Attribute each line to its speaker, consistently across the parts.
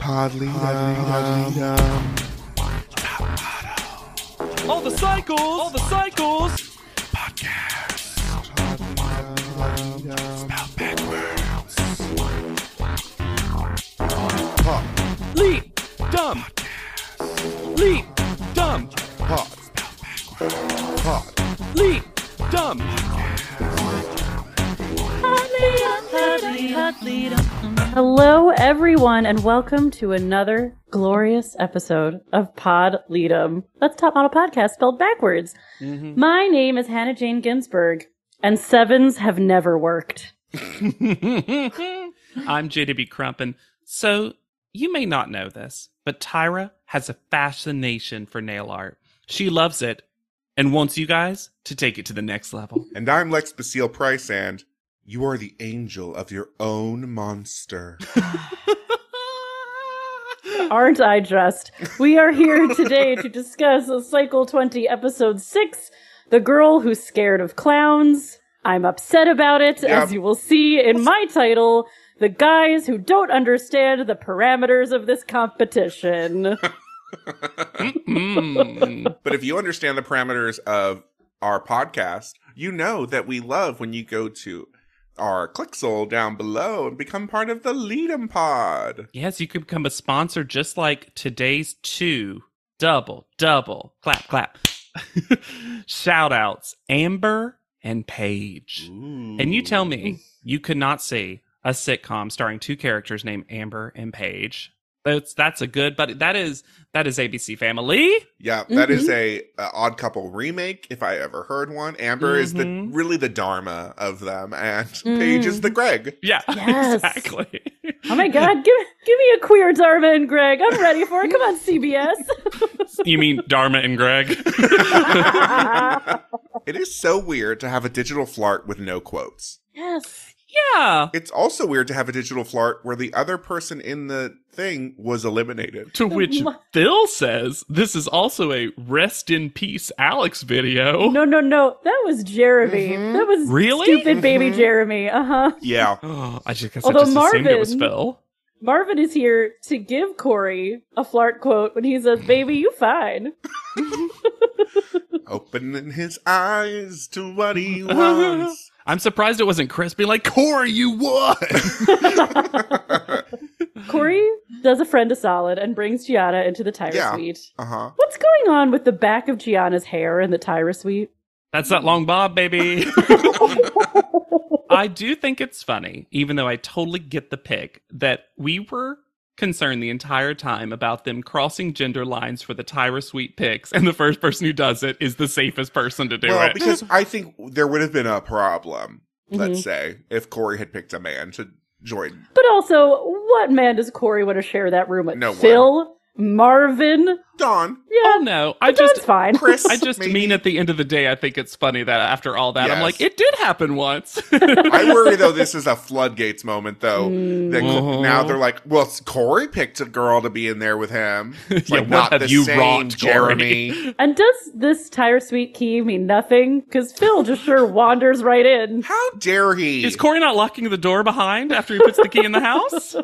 Speaker 1: Hardly, hardly, um,
Speaker 2: All the cycles, all the cycles.
Speaker 1: hardly, um,
Speaker 2: Leap, dumb. Leap, dumb.
Speaker 1: hard, hard,
Speaker 2: Leap, dumb.
Speaker 3: Hello, everyone, and welcome to another glorious episode of Pod Leadum. That's Top Model Podcast spelled backwards. My name is Hannah Jane Ginsburg, and sevens have never worked.
Speaker 2: I'm JDB Crumpin. So, you may not know this, but Tyra has a fascination for nail art. She loves it and wants you guys to take it to the next level.
Speaker 1: And I'm Lex Basile Price, and you are the angel of your own monster.
Speaker 3: Aren't I just? We are here today to discuss Cycle 20, Episode 6 The Girl Who's Scared of Clowns. I'm upset about it,
Speaker 1: Yeah.
Speaker 3: as you will see in my title The Guys Who Don't Understand the Parameters of This Competition. Oh
Speaker 2: Mm.
Speaker 1: But if you understand the parameters of our podcast, you know that we love when you go to our Clixel down below and become part of the Leadem Pod.
Speaker 2: Yes, you could become a sponsor just like today's two double, double, clap, clap. Shout outs Amber and Paige. And you tell
Speaker 3: Mm.
Speaker 2: me you could not see a sitcom starring two characters named Amber and Paige. That's that's a good, but that is that is ABC Family.
Speaker 1: Yeah, that is a, a Odd Couple remake, if I ever heard one. Amber is the
Speaker 2: Mhm.
Speaker 1: really the Dharma of them, and Paige is the Greg.
Speaker 2: Yeah,
Speaker 3: Yes.
Speaker 2: exactly.
Speaker 3: Oh my god, give, give me a queer Dharma and Greg. I'm ready for it. Come on, CBS.
Speaker 2: You mean Dharma and Greg?
Speaker 1: It is so weird to have a digital flirt with no quotes.
Speaker 3: yes.
Speaker 2: yeah,
Speaker 1: It's also weird to have a digital flirt where the other person in the thing was eliminated.
Speaker 2: To which Phil says, This is also a rest in peace Alex video.
Speaker 3: No, no, no. That was Jeremy. That was
Speaker 2: Really?
Speaker 3: stupid baby Jeremy. Uh huh.
Speaker 1: Yeah.
Speaker 2: Oh, I just guess
Speaker 3: Although
Speaker 2: I just assumed it was
Speaker 3: Marvin-
Speaker 2: Phil.
Speaker 3: Marvin is here to give Corey a flirt quote when he says, Baby, you fine.
Speaker 1: Opening his eyes to what he wants.
Speaker 2: I'm surprised it wasn't Chris being like, Corey, you what?
Speaker 1: Uh-huh.
Speaker 3: Corey does a friend a solid and brings Gianna into the Tyra
Speaker 1: Yeah.
Speaker 3: suite.
Speaker 1: Uh huh.
Speaker 3: What's going on with the back of Gianna's hair in the Tyra suite?
Speaker 2: That's that long bob, baby. I do think it's funny, even though I totally get the pick, that we were concerned the entire time about them crossing gender lines for the Tyra Sweet picks, and the first person who does it is the safest person to do
Speaker 1: Well,
Speaker 2: it.
Speaker 1: because I think there would have been a problem,
Speaker 2: Mm-hmm.
Speaker 1: let's say, if Corey had picked a man to join.
Speaker 3: But also, what man does Corey want to share that room with?
Speaker 1: No one.
Speaker 3: Phil? Marvin?
Speaker 1: Don,
Speaker 2: oh no, I
Speaker 3: That's
Speaker 2: just
Speaker 3: fine.
Speaker 1: Chris.
Speaker 2: I just
Speaker 1: maybe.
Speaker 2: mean at the end of the day, I think it's funny that after all that, I'm
Speaker 1: Yes.
Speaker 2: like, it did happen once.
Speaker 1: I worry though this is a floodgates moment though.
Speaker 3: Mm.
Speaker 1: That
Speaker 2: Mhm.
Speaker 1: now they're like, well, it's Corey picked a girl to be in there with him. It's
Speaker 2: Yeah,
Speaker 1: like
Speaker 2: what
Speaker 1: not
Speaker 2: have
Speaker 1: the
Speaker 2: you
Speaker 1: same
Speaker 2: wrought,
Speaker 1: Jeremy.
Speaker 3: And does this tire suite key mean nothing? Because Phil just sure wanders right in.
Speaker 1: How dare he?
Speaker 2: Is Corey not locking the door behind after he puts the key in the house?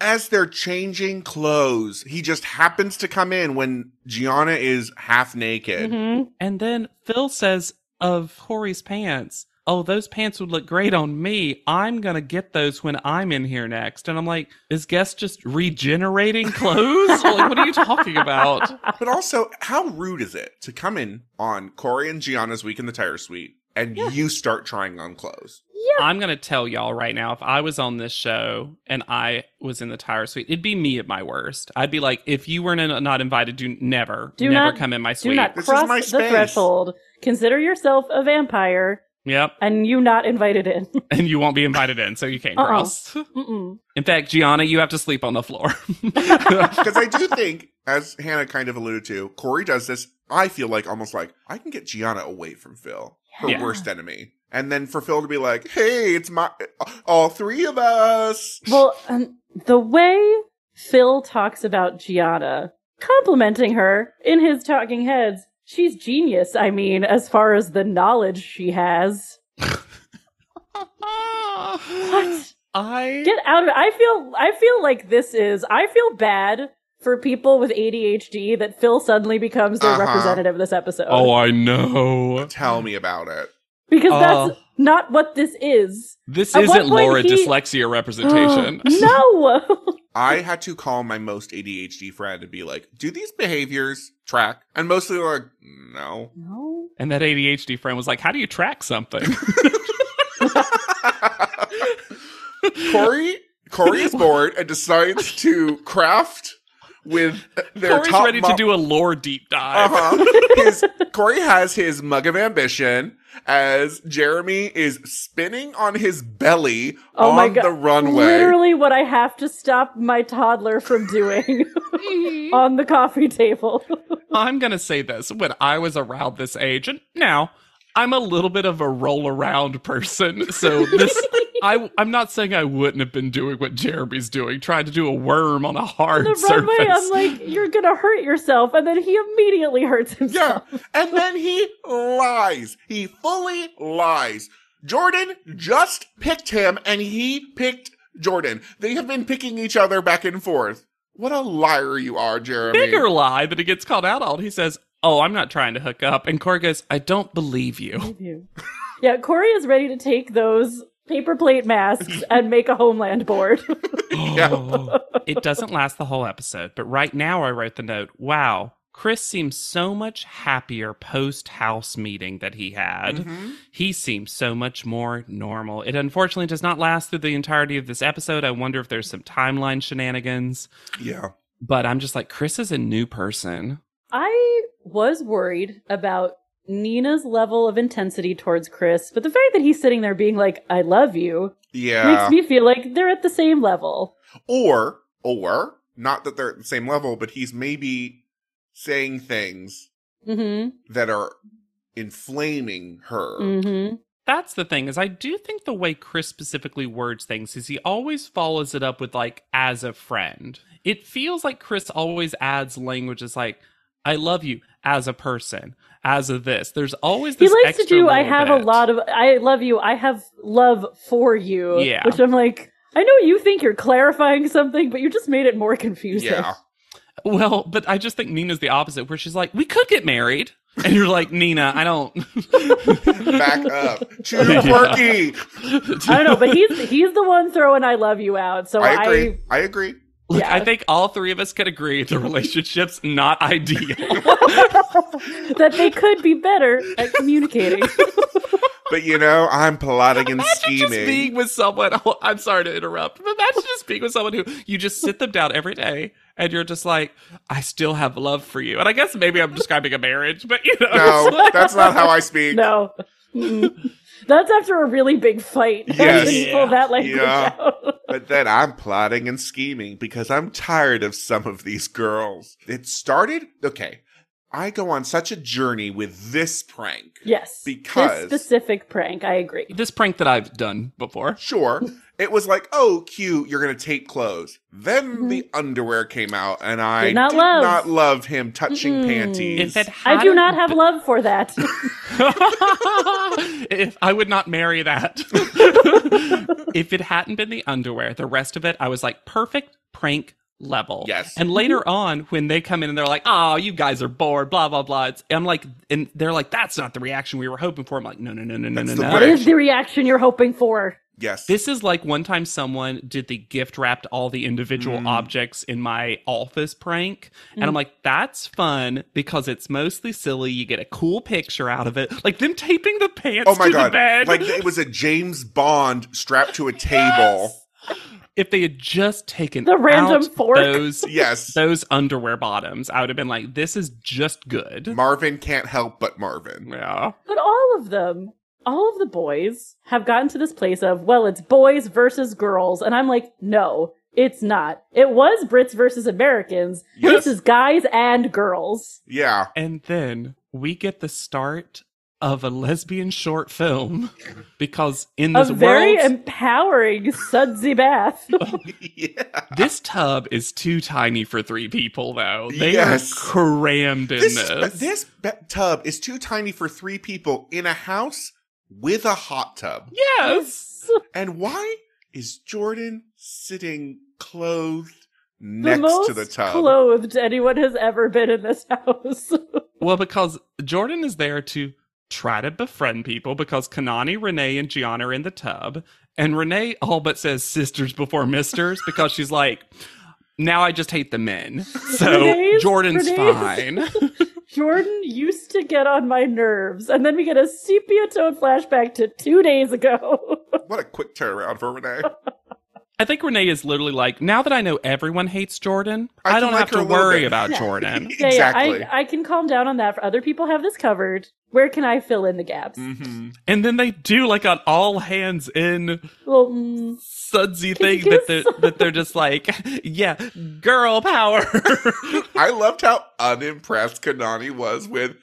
Speaker 1: As they're changing clothes, he just happens to come in when Gianna is half naked.
Speaker 3: Mm-hmm.
Speaker 2: And then Phil says of Corey's pants, Oh, those pants would look great on me. I'm going to get those when I'm in here next. And I'm like, Is Guest just regenerating clothes? like, what are you talking about?
Speaker 1: But also, how rude is it to come in on Corey and Gianna's Week in the Tire Suite and you start trying on clothes?
Speaker 2: I'm going to tell y'all right now if I was on this show and I was in the tire suite, it'd be me at my worst. I'd be like, If you weren't in- not invited, do never,
Speaker 3: Do
Speaker 2: never
Speaker 3: not-
Speaker 2: come in my
Speaker 3: Do
Speaker 2: suite.
Speaker 3: not
Speaker 1: This is
Speaker 3: cross
Speaker 1: my
Speaker 3: the
Speaker 1: space.
Speaker 3: threshold. Consider yourself a vampire
Speaker 2: Yep.
Speaker 3: and you not invited in.
Speaker 2: And you won't be invited in, so you can't
Speaker 3: Uh-uh.
Speaker 2: cross.
Speaker 3: Mm-mm.
Speaker 2: In fact, Gianna, you have to sleep on the floor.
Speaker 1: Because I do think, as Hannah kind of alluded to, Corey does this. I feel like almost like I can get Gianna away from Phil, her
Speaker 2: Yeah.
Speaker 1: worst enemy. And then for Phil to be like, hey, it's my, all three of us.
Speaker 3: Well, um, the way Phil talks about Gianna, complimenting her in his talking heads, she's genius. I mean, as far as the knowledge she has. What?
Speaker 2: I
Speaker 3: Get out of it. I feel I feel like this is I feel bad for people with ADHD that Phil suddenly becomes their
Speaker 1: Uh-huh.
Speaker 3: representative this episode.
Speaker 2: Oh, I know.
Speaker 1: Tell me about it.
Speaker 3: because that's
Speaker 2: Oh.
Speaker 1: uh.
Speaker 3: not what this is.
Speaker 4: This
Speaker 3: At
Speaker 4: isn't
Speaker 3: one point,
Speaker 4: Laura
Speaker 3: he-
Speaker 4: dyslexia representation.
Speaker 3: no.
Speaker 1: I had to call my most ADHD friend and be like, "Do these behaviors track?" And mostly they're like, "No."
Speaker 3: no.
Speaker 2: And that ADHD friend was like, "How do you track something?"
Speaker 1: Corey Corey is bored and decides to craft with their
Speaker 2: Corey's
Speaker 1: top
Speaker 2: ready
Speaker 1: mo-
Speaker 2: to do a lore deep dive.
Speaker 1: Uh-huh. His Corey has his mug of ambition as Jeremy is spinning on his belly
Speaker 3: Oh
Speaker 1: on
Speaker 3: my God.
Speaker 1: the runway.
Speaker 3: Literally what I have to stop my toddler from doing on the coffee table.
Speaker 2: I'm gonna say this: when I was around this age, and now I'm a little bit of a roll around person, so this. I, I'm not saying I wouldn't have been doing what Jeremy's doing, trying to do a worm on a hard
Speaker 3: the
Speaker 2: surface.
Speaker 3: runway, I'm like, you're gonna hurt yourself, and then he immediately hurts himself.
Speaker 1: Yeah. And then he lies. He fully lies. Jordan just picked him and he picked Jordan. They have been picking each other back and forth. What a liar you are, Jeremy.
Speaker 2: Bigger lie that he gets called out on. He says, "Oh, I'm not trying to hook up," and Corey goes, "I don't believe you."
Speaker 3: Yeah. Corey is ready to take those paper plate masks and make a homeland board.
Speaker 2: Oh, it doesn't last the whole episode, but right now I wrote the note. Wow, Chris seems so much happier post house meeting that he had.
Speaker 1: Mhm.
Speaker 2: He seems so much more normal. It unfortunately does not last through the entirety of this episode. I wonder if there's some timeline shenanigans,
Speaker 1: Yeah.
Speaker 2: but I'm just like, Chris is a new person.
Speaker 3: I was worried about Nina's level of intensity towards Chris, but the fact that he's sitting there being like, I love you,
Speaker 1: Yeah.
Speaker 3: makes me feel like they're at the same level.
Speaker 1: or, or, not that they're at the same level, but he's maybe saying things
Speaker 3: hmm
Speaker 1: that are inflaming her.
Speaker 3: hmm
Speaker 2: That's the thing is I do think the way Chris specifically words things is he always follows it up with like as a friend. It feels like Chris always adds language as like I love you as a person, as a this. There's always
Speaker 3: He
Speaker 2: this
Speaker 3: likes to
Speaker 2: extra
Speaker 3: do, I
Speaker 2: little
Speaker 3: have a
Speaker 2: bit.
Speaker 3: lot of, I love you, I have love for you.
Speaker 2: Yeah.
Speaker 3: Which I'm like, I know you think you're clarifying something, but you just made it more confusing.
Speaker 1: Yeah.
Speaker 2: Well, but I just think Nina's the opposite, where she's like, "We could get married," and you're like, "Nina, I don't."
Speaker 1: Back up. Too quirky.
Speaker 3: I don't know, but he's he's the one throwing "I love you" out. So
Speaker 1: I
Speaker 3: I,
Speaker 1: agree. I agree.
Speaker 2: Look,
Speaker 3: yeah.
Speaker 2: I think all three of us could agree the relationship's not ideal.
Speaker 3: that they could be better at communicating.
Speaker 1: But you know, I'm plotting and
Speaker 2: Imagine
Speaker 1: scheming.
Speaker 2: just being with someone. I'm sorry to interrupt, but imagine just being with someone who you just sit them down every day and you're just like, "I still have love for you," and I guess maybe I'm describing a marriage, but you know, it's
Speaker 1: No,
Speaker 2: like-
Speaker 1: that's not how I speak.
Speaker 3: no, Mm-mm. that's after a really big fight.
Speaker 1: Yes.
Speaker 3: You can pull that language
Speaker 1: Yeah.
Speaker 3: out.
Speaker 1: But then I'm plotting and scheming because I'm tired of some of these girls. It started, okay, I go on such a journey with this prank.
Speaker 3: yes,
Speaker 1: Because-
Speaker 3: this specific prank. I agree.
Speaker 2: this prank that I've done before.
Speaker 1: Sure, it was like, oh, cute, you're going to take clothes. Then the underwear came out, and I
Speaker 3: Mm-hmm. Did not love.
Speaker 1: not love him touching
Speaker 3: Mm-mm.
Speaker 1: panties.
Speaker 2: If it
Speaker 3: I do
Speaker 2: hadn't
Speaker 3: not have love for that.
Speaker 2: if I would not marry that. if it hadn't been the underwear, the rest of it, I was like, perfect prank level.
Speaker 1: Yes.
Speaker 2: And later on, when they come in and they're like, oh, you guys are bored, blah, blah, blah. It's, I'm like, and they're like, that's not the reaction we were hoping for. I'm like, no, no, no, no, no, no,
Speaker 1: That's the
Speaker 2: no.
Speaker 3: What
Speaker 1: Right.
Speaker 3: is the reaction you're hoping for?
Speaker 1: yes.
Speaker 2: This is like one time someone did the gift wrapped all the individual
Speaker 1: Mm.
Speaker 2: objects in my office prank. And I'm like, that's fun because it's mostly silly. You get a cool picture out of it. Like them taping the pants
Speaker 1: oh my
Speaker 2: to the
Speaker 1: God.
Speaker 2: bed.
Speaker 1: Like, it was a James Bond strapped to a table.
Speaker 2: Yes! If they had just taken
Speaker 3: The random
Speaker 2: out
Speaker 3: fork.
Speaker 2: those
Speaker 1: Yes.
Speaker 2: those underwear bottoms, I would have been like, "This is just good."
Speaker 1: Marvin can't help but Marvin.
Speaker 2: Yeah,
Speaker 3: But all of them, all of the boys have gotten to this place of, well, it's boys versus girls. And I'm like, no, it's not. It was Brits versus Americans.
Speaker 1: Yes.
Speaker 3: This is guys and girls.
Speaker 1: Yeah.
Speaker 2: and then we get the start of a lesbian short film because in
Speaker 3: A
Speaker 2: this
Speaker 3: very
Speaker 2: world,
Speaker 3: empowering sudsy bath.
Speaker 1: yeah.
Speaker 2: this tub is too tiny for three people. Though they
Speaker 1: Yes.
Speaker 2: are crammed in
Speaker 1: This,
Speaker 2: this.
Speaker 1: this. be- tub is too tiny for three people in a house with a hot tub.
Speaker 2: yes.
Speaker 1: And why is Jordan sitting clothed
Speaker 3: The
Speaker 1: next
Speaker 3: most
Speaker 1: to the tub.
Speaker 3: clothed anyone has ever been in this house.
Speaker 2: Well, because Jordan is there to try to befriend people because Kanani, Renee, and Gianna are in the tub. And Renee all but says sisters before misters because she's like, now I just hate the men. So
Speaker 3: Renee's-
Speaker 2: Jordan's
Speaker 3: Renee's-
Speaker 2: fine.
Speaker 3: Jordan used to get on my nerves, and then we get a sepia tone flashback to two days ago.
Speaker 1: What a quick turnaround for Renee.
Speaker 2: I think Renee is literally like, now that I know everyone hates Jordan,
Speaker 1: I
Speaker 2: I,
Speaker 1: can
Speaker 2: don't
Speaker 1: like
Speaker 2: have
Speaker 1: her
Speaker 2: to
Speaker 1: a little
Speaker 2: worry
Speaker 1: bit."
Speaker 2: about
Speaker 3: Yeah.
Speaker 2: Jordan.
Speaker 3: Yeah,
Speaker 1: exactly.
Speaker 3: yeah, I, I can calm down on that. For other people have this covered. Where can I fill in the gaps?
Speaker 1: hmm
Speaker 2: And then they do like an all hands in
Speaker 3: Well, mm,
Speaker 2: sudsy
Speaker 3: Can you
Speaker 2: thing that
Speaker 3: do
Speaker 2: they're, that they're just like, yeah, girl power.
Speaker 1: I loved how unimpressed Kanani was with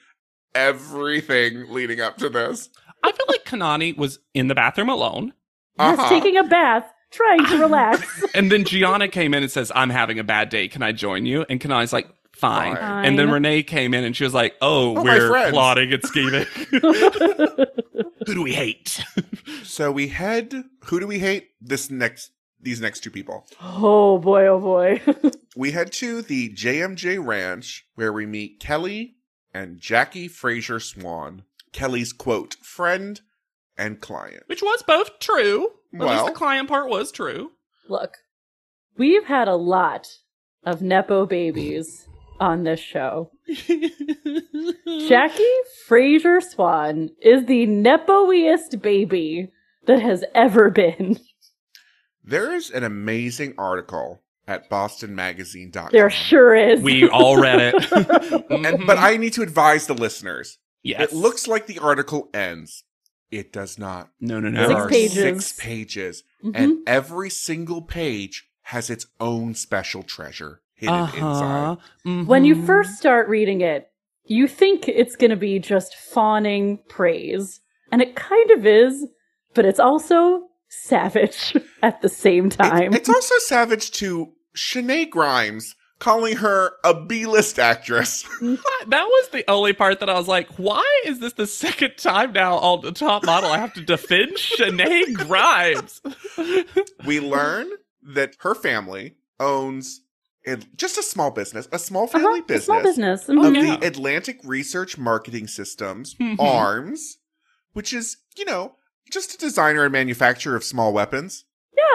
Speaker 1: everything leading up to this.
Speaker 2: I feel like Kanani was in the bathroom alone.
Speaker 3: yes,
Speaker 1: Uh-huh.
Speaker 3: taking a bath, trying to relax.
Speaker 2: And then Gianna came in and says, I'm having a bad day. Can I join you? And Kanani's like, fine.
Speaker 1: Fine.
Speaker 2: And then
Speaker 3: Fine.
Speaker 2: Renee came in and she was like, oh,
Speaker 1: Oh, my
Speaker 2: we're
Speaker 1: friends."
Speaker 2: plotting and scheming. Who do we hate?
Speaker 1: So we head. Who do we hate? This next, these next two people.
Speaker 3: oh boy, oh boy.
Speaker 1: We head to the JMJ Ranch where we meet Kelly and Jackie Fraser Swan. Kelly's quote friend and client.
Speaker 2: Which was both true. At
Speaker 1: Well.
Speaker 2: least the client part was true.
Speaker 3: Look, we've had a lot of Nepo babies on this show. Jackie Fraser Swan is the nepoiest baby that has ever been.
Speaker 1: There is an amazing article at BostonMagazine.com.
Speaker 3: There sure is.
Speaker 2: We all read it. Mhm.
Speaker 1: And, but I need to advise the listeners.
Speaker 2: yes.
Speaker 1: It looks like the article ends. It does not.
Speaker 2: No, no, no.
Speaker 1: There
Speaker 3: Six
Speaker 1: are
Speaker 3: pages.
Speaker 1: Six pages,
Speaker 3: Mhm.
Speaker 1: and every single page has its own special treasure hidden
Speaker 2: Uh-huh.
Speaker 1: inside.
Speaker 3: When you
Speaker 1: Mm-hmm.
Speaker 2: Mhm.
Speaker 3: first start reading it, you think it's going to be just fawning praise, and it kind of is, but it's also savage at the same
Speaker 1: It-
Speaker 3: time.
Speaker 1: it's also savage to Shanae Grimes calling her a B-list actress.
Speaker 2: That was the only part that I was like, why is this the second time now on the top model I have to defend Shanae Grimes?
Speaker 1: we learn that her family owns it, just a small business, a small family
Speaker 3: Uh-huh, a
Speaker 1: business,
Speaker 3: Small business.
Speaker 2: Oh,
Speaker 1: of
Speaker 3: Mhm.
Speaker 2: yeah.
Speaker 1: the Atlantic Research Marketing Systems,
Speaker 3: Mm-hmm.
Speaker 2: Mhm.
Speaker 1: ARMS, which is, you know, just a designer and manufacturer of small weapons.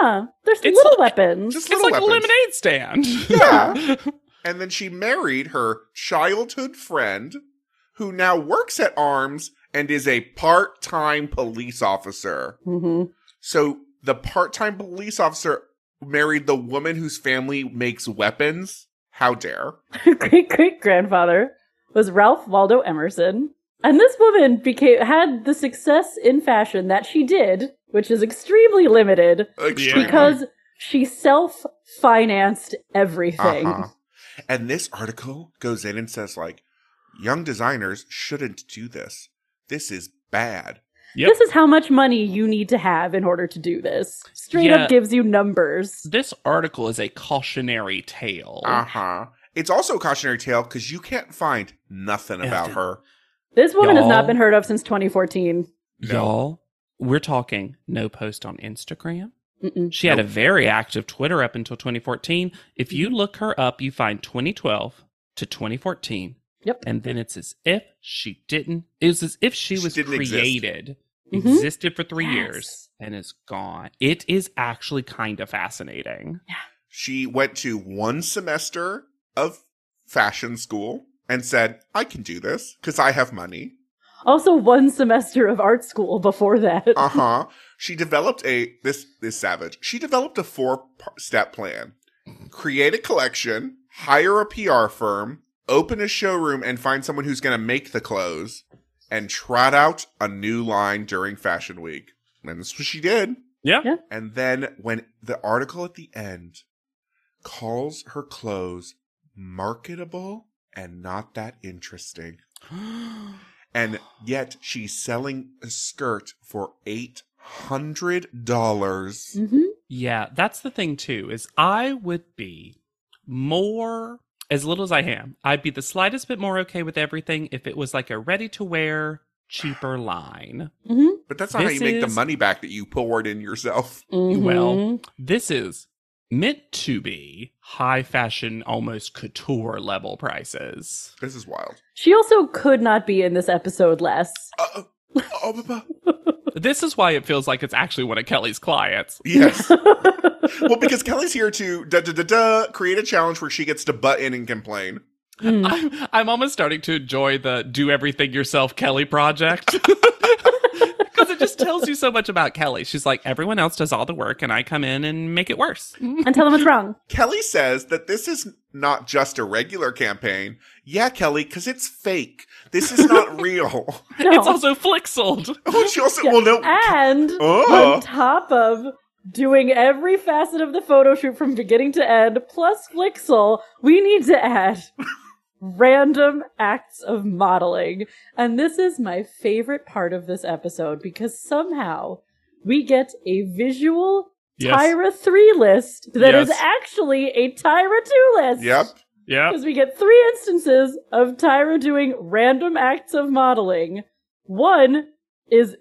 Speaker 3: Yeah, there's
Speaker 2: It's
Speaker 3: little
Speaker 2: like-
Speaker 3: weapons.
Speaker 1: Just
Speaker 2: It's
Speaker 1: little
Speaker 2: like a
Speaker 1: weapons.
Speaker 2: lemonade stand.
Speaker 1: Yeah. And then she married her childhood friend, who now works at ARMS and is a part time police officer.
Speaker 3: hmm
Speaker 1: So the part time police officer married the woman whose family makes weapons. How dare.
Speaker 3: great great grandfather was Ralph Waldo Emerson. And this woman became had the success in fashion that she did, which is extremely limited
Speaker 1: Extremely.
Speaker 3: because she self financed everything.
Speaker 1: Uh-huh. And this article goes in and says, like, young designers shouldn't do this. This is bad.
Speaker 2: Yep.
Speaker 3: This is how much money you need to have in order to do this. Straight
Speaker 2: Yeah.
Speaker 3: up gives you numbers.
Speaker 2: This article is a cautionary tale.
Speaker 1: Uh huh. It's also a cautionary tale because you can't find nothing about
Speaker 2: Nothing.
Speaker 1: her.
Speaker 3: This woman has
Speaker 2: Y'all.
Speaker 3: not been heard of since 2014.
Speaker 1: No.
Speaker 2: Y'all, we're talking no post on Instagram.
Speaker 3: Mm-mm.
Speaker 2: She had a very active Twitter up until 2014. If you
Speaker 1: Mm-hmm.
Speaker 2: look her up, you find 2012 to 2014.
Speaker 3: Yep.
Speaker 2: And then it's as if she didn't. It was as if she
Speaker 1: She
Speaker 2: was
Speaker 1: didn't exist. Mm-hmm.
Speaker 2: created,
Speaker 3: Mhm.
Speaker 2: existed for three
Speaker 3: Yes.
Speaker 2: years, and is gone. It is actually kind of fascinating.
Speaker 1: She went to one semester of fashion school and said, I can do this because I have money.
Speaker 3: Also, one semester of art school before that.
Speaker 1: Uh huh. she developed a this this savage. She developed a four par- step plan: create a collection, hire a PR firm, open a showroom, and find someone who's going to make the clothes, and trot out a new line during Fashion Week. And that's what she did.
Speaker 2: Yeah.
Speaker 3: Yeah.
Speaker 1: And then when the article at the end calls her clothes marketable and not that interesting. And yet she's selling a skirt for eight hundred dollars.
Speaker 3: hmm
Speaker 2: Yeah, that's the thing too. Is I would be more as little as I am. I'd be the slightest bit more okay with everything if it was like a ready to wear cheaper line.
Speaker 3: hmm
Speaker 1: But that's not how
Speaker 2: This
Speaker 1: you make the
Speaker 2: is-
Speaker 1: money back that you poured in yourself.
Speaker 3: Mm-hmm.
Speaker 2: Well, this is meant to be high fashion, almost couture level prices.
Speaker 1: This is wild.
Speaker 3: she also could not be in this episode less.
Speaker 1: Uh, oh, bu- bu-
Speaker 2: This is why it feels like it's actually one of Kelly's clients.
Speaker 1: yes. well, because Kelly's here to da da da da create a challenge where she gets to butt in and complain.
Speaker 3: Mm.
Speaker 2: I'm, I'm almost starting to enjoy the do everything yourself Kelly project. Because it just tells you so much about Kelly. She's like, everyone else does all the work, and I come in and make it worse.
Speaker 3: and tell them what's wrong.
Speaker 1: Kelly says that this is not just a regular campaign. Yeah, Kelly, because it's fake. This is not real.
Speaker 3: No.
Speaker 2: It's also flixeled.
Speaker 1: Oh, she also well no.
Speaker 3: and
Speaker 1: Oh,
Speaker 3: on top of doing every facet of the photo shoot from beginning to end, plus Flixel, we need to add random acts of modeling. And this is my favorite part of this episode because somehow we get a visual Tyra 3 list that is
Speaker 2: Yes.
Speaker 3: actually a Tyra 2 list.
Speaker 1: yep.
Speaker 2: Yep.
Speaker 3: Because we get three instances of Tyra doing random acts of modeling. One is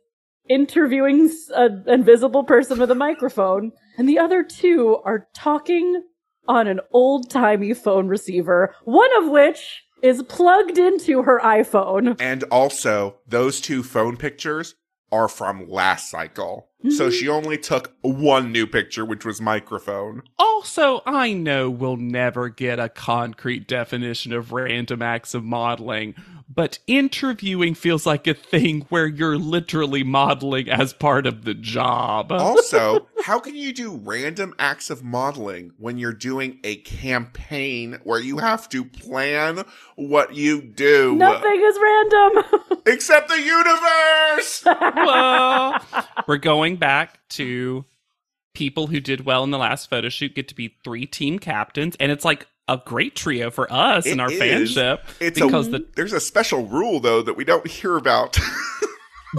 Speaker 3: interviewing s- an invisible person with a microphone, and the other two are talking on an old timey phone receiver, one of which is plugged into her iPhone.
Speaker 1: And also, those two phone pictures are from last cycle. So
Speaker 3: Mhm.
Speaker 1: she only took one new picture, which was microphone.
Speaker 2: Also, I know we'll never get a concrete definition of random acts of modeling, but interviewing feels like a thing where you're literally modeling as part of the job.
Speaker 1: Oh, Also, how can you do random acts of modeling when you're doing a campaign where you have to plan what you do?
Speaker 3: Nothing is random.
Speaker 1: Except the universe!
Speaker 2: Well, we're going back to people who did well in the last photo shoot get to be three team captains, and it's like a great trio for us
Speaker 1: It
Speaker 2: in our
Speaker 1: is.
Speaker 2: fanship
Speaker 1: It's a-
Speaker 2: because the
Speaker 1: There's a special rule, though, that we don't hear about.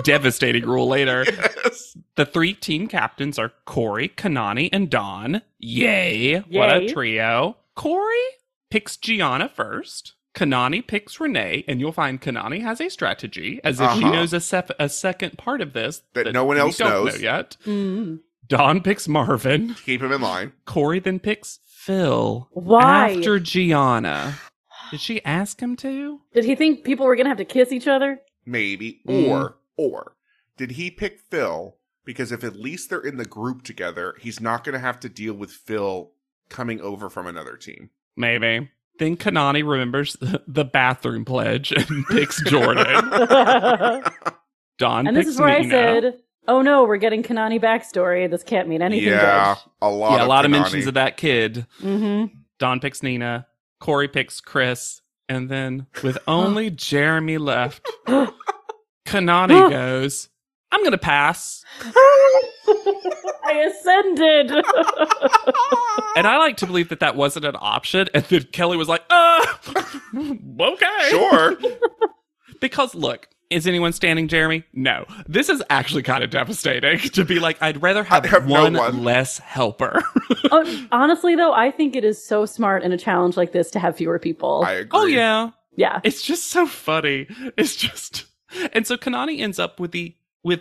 Speaker 2: devastating rule later.
Speaker 1: Yes.
Speaker 2: The three team captains are Corey, Kanani, and Don. Yay! What a
Speaker 3: Yay.
Speaker 2: trio. Corey picks Gianna first. Kanani picks Renee, and you'll find Kanani has a strategy, as if she
Speaker 1: Uh-huh.
Speaker 2: knows a, sef- a second part of this
Speaker 1: That no one
Speaker 2: we
Speaker 1: else
Speaker 2: don't
Speaker 1: knows.
Speaker 2: know yet.
Speaker 3: Mm.
Speaker 2: Don picks Marvin.
Speaker 1: Keep him in line.
Speaker 2: Corey then picks Phil.
Speaker 3: Why?
Speaker 2: After Gianna. Did she ask him to?
Speaker 3: Did he think people were going to have to kiss each other?
Speaker 1: maybe
Speaker 2: Mm.
Speaker 1: or or did he pick phil because if at least they're in the group together he's not going to have to deal with phil coming over from another team
Speaker 2: Maybe. Then Kanani remembers the bathroom pledge and picks Jordan.
Speaker 3: and
Speaker 2: Don
Speaker 3: this
Speaker 2: picks
Speaker 3: is where I
Speaker 2: Nina.
Speaker 3: said, oh no, we're getting Kanani backstory. This can't mean anything
Speaker 1: yeah
Speaker 3: good.
Speaker 1: a lot
Speaker 2: yeah, a
Speaker 1: of
Speaker 2: lot of
Speaker 1: Kanani.
Speaker 2: mentions of that kid.
Speaker 3: Mm-hmm.
Speaker 2: Don picks Nina. Corey picks Chris. And then, with only Jeremy left,
Speaker 3: Mm-hmm.
Speaker 2: Kanani goes, I'm going to pass.
Speaker 3: I ascended.
Speaker 2: And I like to believe that that wasn't an option. And then Kelly was like, uh, okay.
Speaker 1: sure
Speaker 2: Because look, is anyone standing, Jeremy? No. This is actually kind of devastating to be like, I'd rather have,
Speaker 1: I have no
Speaker 2: one,
Speaker 1: one.
Speaker 2: less helper.
Speaker 3: Oh, honestly, though, I think it is so smart in a challenge like this to have fewer people.
Speaker 1: i agree
Speaker 2: oh, yeah.
Speaker 3: yeah.
Speaker 2: It's just so funny. It's just. And so Kanani ends up with the with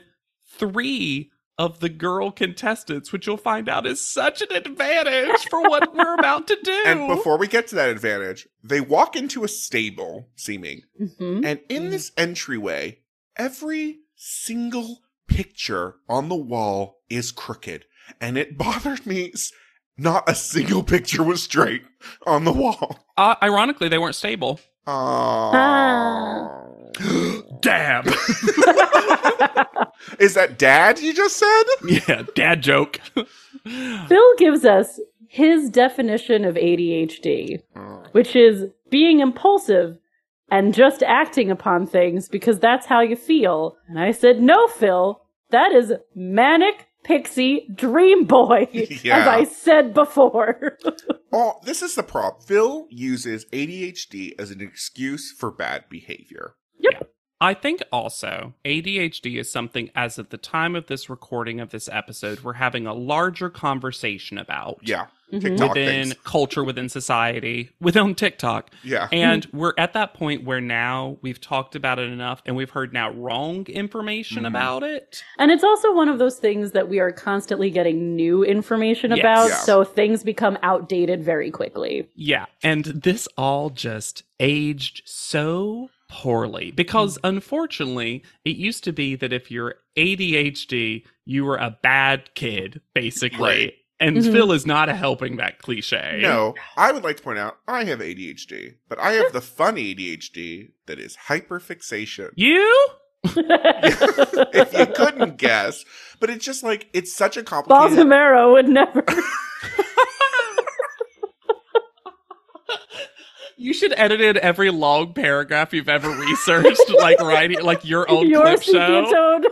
Speaker 2: three of the girl contestants, which you'll find out is such an advantage for what we're about to do.
Speaker 1: and before we get to that advantage they walk into a stable seeming
Speaker 3: hmm
Speaker 1: and in this entryway every single picture on the wall is crooked and it bothered me s- not a single picture was straight on the wall
Speaker 2: uh, ironically, they weren't stable.
Speaker 1: Oh.
Speaker 2: Dab.
Speaker 1: Is that dad you just said?
Speaker 2: yeah, dad joke.
Speaker 3: Phil gives us his definition of ADHD, which is being impulsive and just acting upon things because that's how you feel. And I said, no, Phil, that is manic pixie dream boy, as
Speaker 1: Yeah.
Speaker 3: I said before.
Speaker 1: Oh, this is the problem. Phil uses ADHD as an excuse for bad behavior.
Speaker 2: I think also ADHD is something, as of the time of this recording of this episode, we're having a larger conversation about
Speaker 1: Yeah.
Speaker 3: Mhm.
Speaker 1: TikTok
Speaker 2: within
Speaker 1: things.
Speaker 2: culture, within society, within TikTok.
Speaker 1: Yeah.
Speaker 2: And we're at that point where now we've talked about it enough and we've heard now wrong information
Speaker 1: Mhm.
Speaker 2: about it.
Speaker 3: And it's also one of those things that we are constantly getting new information
Speaker 2: Yes.
Speaker 3: about,
Speaker 1: Yeah.
Speaker 3: so things become outdated very quickly.
Speaker 2: Yeah. And this all just aged so poorly because
Speaker 1: Hmm.
Speaker 2: unfortunately, it used to be that if you're ADHD, you were a bad kid, basically.
Speaker 1: Right.
Speaker 2: And
Speaker 3: Mhm.
Speaker 2: Phil is not helping that cliche.
Speaker 1: No, I would like to point out I have ADHD, but I have the fun ADHD that is hyperfixation.
Speaker 2: You?
Speaker 1: if you couldn't guess, but it's just like it's such a
Speaker 3: Balls and
Speaker 1: complicated.
Speaker 3: marrow would never.
Speaker 2: You should edit in every long paragraph you've ever researched, like writing, like your own
Speaker 3: Your
Speaker 2: clip show.
Speaker 3: sepia-toned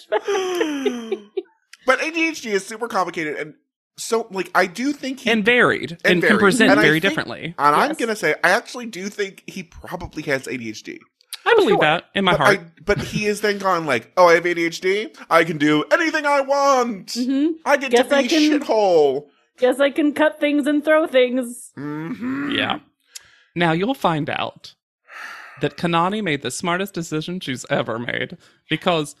Speaker 3: flashback.
Speaker 1: but ADHD is super complicated, and so like I do think he
Speaker 2: and varied and,
Speaker 1: And
Speaker 2: can
Speaker 1: varied.
Speaker 2: present
Speaker 1: And I
Speaker 2: very
Speaker 1: think-
Speaker 2: differently.
Speaker 1: And I'm
Speaker 3: Yes.
Speaker 1: gonna say, I actually do think he probably has ADHD.
Speaker 2: I believe
Speaker 3: sure.
Speaker 2: that in my
Speaker 1: but,
Speaker 2: heart.
Speaker 1: I, but he is then gone like, oh, I have ADHD. I can do anything I want.
Speaker 3: Mhm.
Speaker 1: I can
Speaker 3: Guess
Speaker 1: dip in
Speaker 3: I
Speaker 1: a
Speaker 3: can-
Speaker 1: shithole.
Speaker 3: Guess I can cut things and throw things.
Speaker 1: Mhm.
Speaker 2: Mm-hmm. yeah. Now you'll find out that Kanani made the smartest decision she's ever made because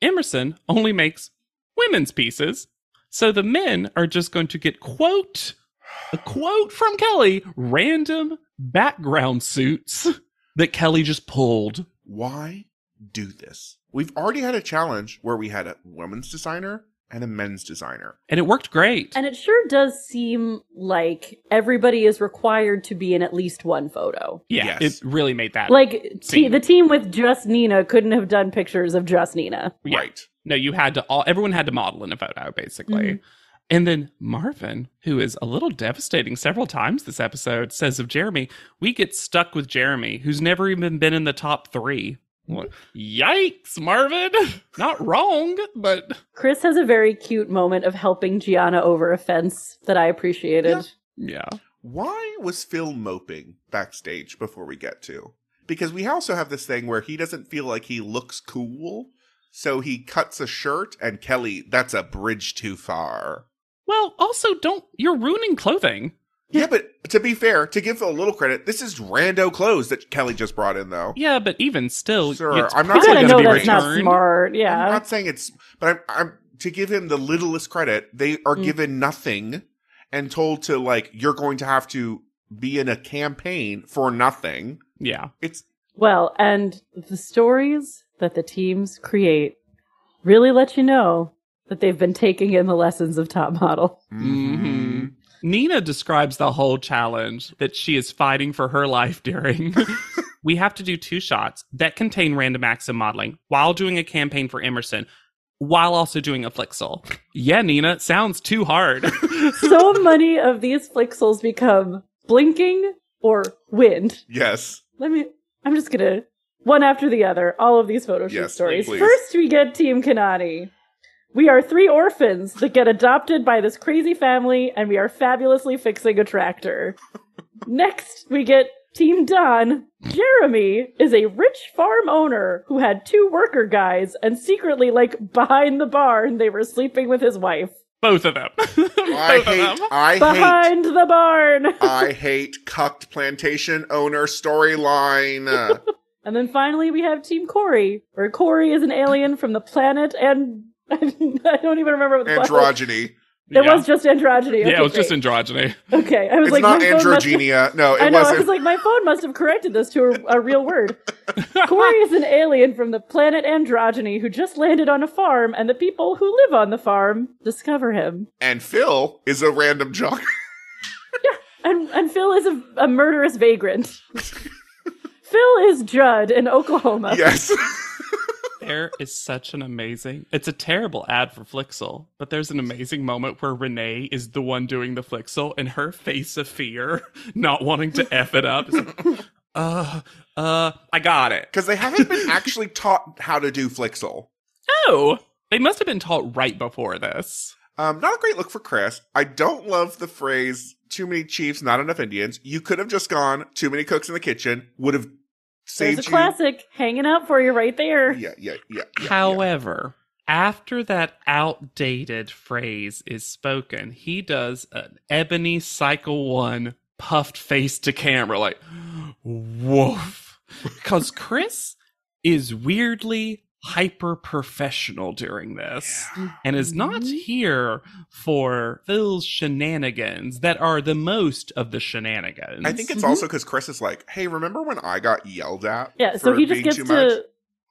Speaker 2: Emerson only makes women's pieces, so the men are just going to get quote a quote from Kelly random background suits that Kelly just pulled.
Speaker 1: Why do this? We've already had a challenge where we had a women's designer and a men's designer.
Speaker 2: And it worked great.
Speaker 3: And it sure does seem like everybody is required to be in at least one photo.
Speaker 2: yeah,
Speaker 1: Yes.
Speaker 2: it really made that.
Speaker 3: Like te-
Speaker 2: Same.
Speaker 3: the team with just Nina couldn't have done pictures of just Nina.
Speaker 2: Yeah.
Speaker 1: Right.
Speaker 2: No, you had to all everyone had to model in a photo, basically. And then Marvin, who is a little devastating several times this episode, says of Jeremy, we get stuck with Jeremy, who's never even been in the top three. What? Yikes, Marvin. Not wrong, but
Speaker 3: Chris has a very cute moment of helping Gianna over a fence that I appreciated.
Speaker 1: Yeah.
Speaker 2: yeah.
Speaker 1: Why was Phil moping backstage before we get to? Because we also have this thing where he doesn't feel like he looks cool, so he cuts a shirt, and Kelly, that's a bridge too far.
Speaker 2: Well, also don't you're ruining clothing.
Speaker 1: Yeah, but to be fair, to give Phil a little credit, this is rando clothes that Kelly just brought in, though.
Speaker 2: Yeah, but even still,
Speaker 1: Sir,
Speaker 2: it's
Speaker 1: I'm not
Speaker 3: You
Speaker 2: probably
Speaker 1: saying
Speaker 3: gotta
Speaker 1: it's
Speaker 2: gonna
Speaker 3: know
Speaker 2: be
Speaker 3: that's not
Speaker 2: returned.
Speaker 3: smart. Yeah.
Speaker 1: I'm not saying it's, but I'm, I'm to give him the littlest credit. They are
Speaker 3: Mm.
Speaker 1: given nothing and told to like you're going to have to be in a campaign for nothing.
Speaker 2: Yeah.
Speaker 1: It's
Speaker 3: Well, and the stories that the teams create really let you know that they've been taking in the lessons of Top Model.
Speaker 1: Mm-hmm.
Speaker 2: hmm Nina describes the whole challenge that she is fighting for her life during. we have to do two shots that contain random acts of modeling while doing a campaign for Emerson, while also doing a flexel. Yeah, Nina, sounds too hard.
Speaker 3: so many of these flixels become blinking or wind.
Speaker 1: Yes.
Speaker 3: Let me. I'm just gonna one after the other. All of these photo shoot
Speaker 1: Yes,
Speaker 3: stories.
Speaker 1: please.
Speaker 3: First, we get Team Kanani. We are three orphans that get adopted by this crazy family, and we are fabulously fixing a tractor. Next, we get Team Don. Jeremy is a rich farm owner who had two worker guys, and secretly, like behind the barn, they were sleeping with his wife.
Speaker 2: Both of them.
Speaker 1: I
Speaker 2: Both of
Speaker 1: hate,
Speaker 2: them.
Speaker 1: I hate,
Speaker 3: Behind the barn.
Speaker 1: I hate cucked plantation owner storyline. Uh,
Speaker 3: And then finally, we have Team Corey, where Corey is an alien from the planet and I don't even remember what the planet.
Speaker 1: Androgyny.
Speaker 3: It
Speaker 2: yeah.
Speaker 3: was just androgyny.
Speaker 2: yeah,
Speaker 3: Okay,
Speaker 2: it was just
Speaker 3: great.
Speaker 2: androgyny.
Speaker 3: Okay, I was
Speaker 1: It's
Speaker 3: like,
Speaker 1: not
Speaker 3: my phone must-
Speaker 1: androgenia. No, it
Speaker 3: I know. I was
Speaker 1: wasn't.
Speaker 3: like, my phone must have corrected this to a, a real word. Corey is an alien from the planet androgyny who just landed on a farm, and the people who live on the farm discover him.
Speaker 1: And Phil is a random jock.
Speaker 3: And and Phil is a, a murderous vagrant. Phil is Judd in Oklahoma.
Speaker 1: yes.
Speaker 2: There is such an amazing. It's a terrible ad for Flixel, but there's an amazing moment where Renee is the one doing the Flixel, and her face of fear, not wanting to f it up. is like, uh, uh, I got it.
Speaker 1: Because they haven't been actually taught how to do Flixel.
Speaker 2: Oh, they must have been taught right before this.
Speaker 1: Um, not a great look for Chris. I don't love the phrase too many chiefs, not enough Indians. You could have just gone too many cooks in the kitchen, would have Saved
Speaker 3: There's a
Speaker 1: you.
Speaker 3: classic hanging out for you right there.
Speaker 1: Yeah, yeah, yeah. yeah, yeah.
Speaker 2: However, after that outdated phrase is spoken, he does an ebony cycle one puffed face to camera, like woof. Because Chris is weirdly hyper professional during this and is not
Speaker 1: Mm-hmm.
Speaker 3: Mhm.
Speaker 2: here for Phil's shenanigans that are the most of the shenanigans.
Speaker 1: I think it's
Speaker 3: Mhm.
Speaker 1: also because Chris is like, hey, remember when I got yelled at?
Speaker 3: Yeah, so
Speaker 1: for
Speaker 3: he just
Speaker 1: being
Speaker 3: gets
Speaker 1: too
Speaker 3: to
Speaker 1: much?"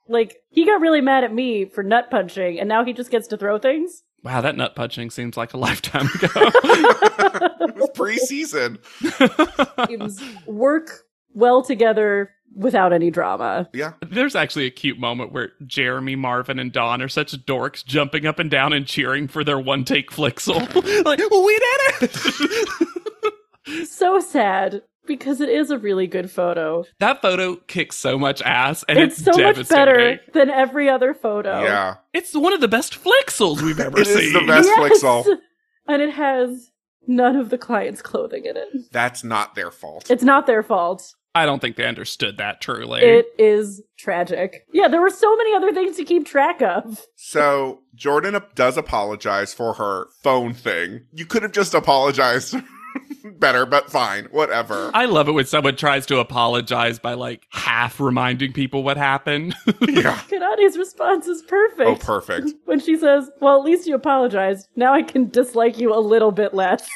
Speaker 3: like he got really mad at me for nut punching, and now he just gets to throw things.
Speaker 2: wow, that nut punching seems like a lifetime ago.
Speaker 1: it was pre-season.
Speaker 3: It was work well together without any drama.
Speaker 1: Yeah,
Speaker 2: There's actually a cute moment where Jeremy, Marvin, and Don are such dorks jumping up and down and cheering for their one take flixel. like, we did it!
Speaker 3: So sad because it is a really good photo.
Speaker 2: that photo kicks so much ass and it's,
Speaker 3: it's so much
Speaker 2: devastating.
Speaker 3: better than every other photo.
Speaker 1: yeah.
Speaker 2: It's one of the best flixels we've ever
Speaker 1: It
Speaker 2: seen.
Speaker 1: is the best flixel.
Speaker 3: And it has none of the client's clothing in it.
Speaker 1: That's not their fault.
Speaker 3: It's not their fault.
Speaker 2: I don't think they understood that truly.
Speaker 3: It is tragic. Yeah, there were so many other things to keep track of.
Speaker 1: So Jordan ap- does apologize for her phone thing. You could have just apologized better, but fine, whatever.
Speaker 2: I love it when someone tries to apologize by like half reminding people what happened.
Speaker 1: yeah.
Speaker 3: Kanani's response is perfect.
Speaker 1: Oh, perfect.
Speaker 3: When she says, Well, at least you apologized. Now I can dislike you a little bit less.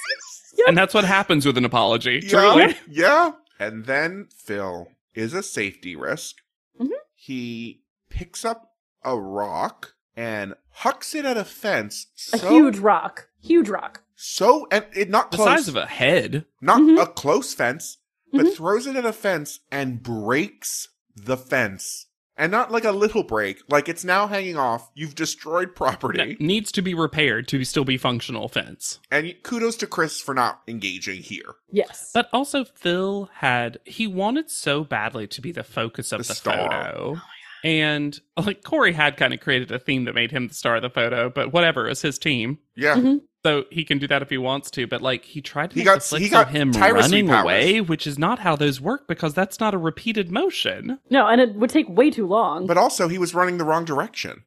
Speaker 2: and that's what happens with an apology.
Speaker 1: Yeah,
Speaker 2: Truly.
Speaker 1: yeah. And then Phil is a safety risk.
Speaker 3: Mhm.
Speaker 1: He picks up a rock and hucks it at a fence.
Speaker 3: A
Speaker 1: So,
Speaker 3: huge rock. Huge rock.
Speaker 1: So, and it not
Speaker 2: The
Speaker 1: close,
Speaker 2: size of a head.
Speaker 1: not
Speaker 3: Mhm.
Speaker 1: a close fence, but throws it at a fence and breaks the fence. And not like a little break, like it's now hanging off. You've destroyed property.
Speaker 2: that needs to be repaired to still be functional fence.
Speaker 1: And kudos to Chris for not engaging here.
Speaker 3: Yes.
Speaker 2: But also, Phil had he wanted so badly to be the focus of
Speaker 1: The
Speaker 2: the,
Speaker 1: star.
Speaker 2: photo, and like Corey had kind of created a theme that made him the star of the photo. But whatever, it's his team,
Speaker 1: Yeah.
Speaker 3: Mhm.
Speaker 2: so he can do that if he wants to. But like he tried to
Speaker 1: He
Speaker 2: make
Speaker 1: got-
Speaker 2: the flicks
Speaker 1: he got
Speaker 2: of him
Speaker 1: Tyrus
Speaker 2: running
Speaker 1: powers.
Speaker 2: away, which is not how those work because that's not a repeated motion.
Speaker 3: no, and it would take way too long.
Speaker 1: But also, he was running the wrong direction.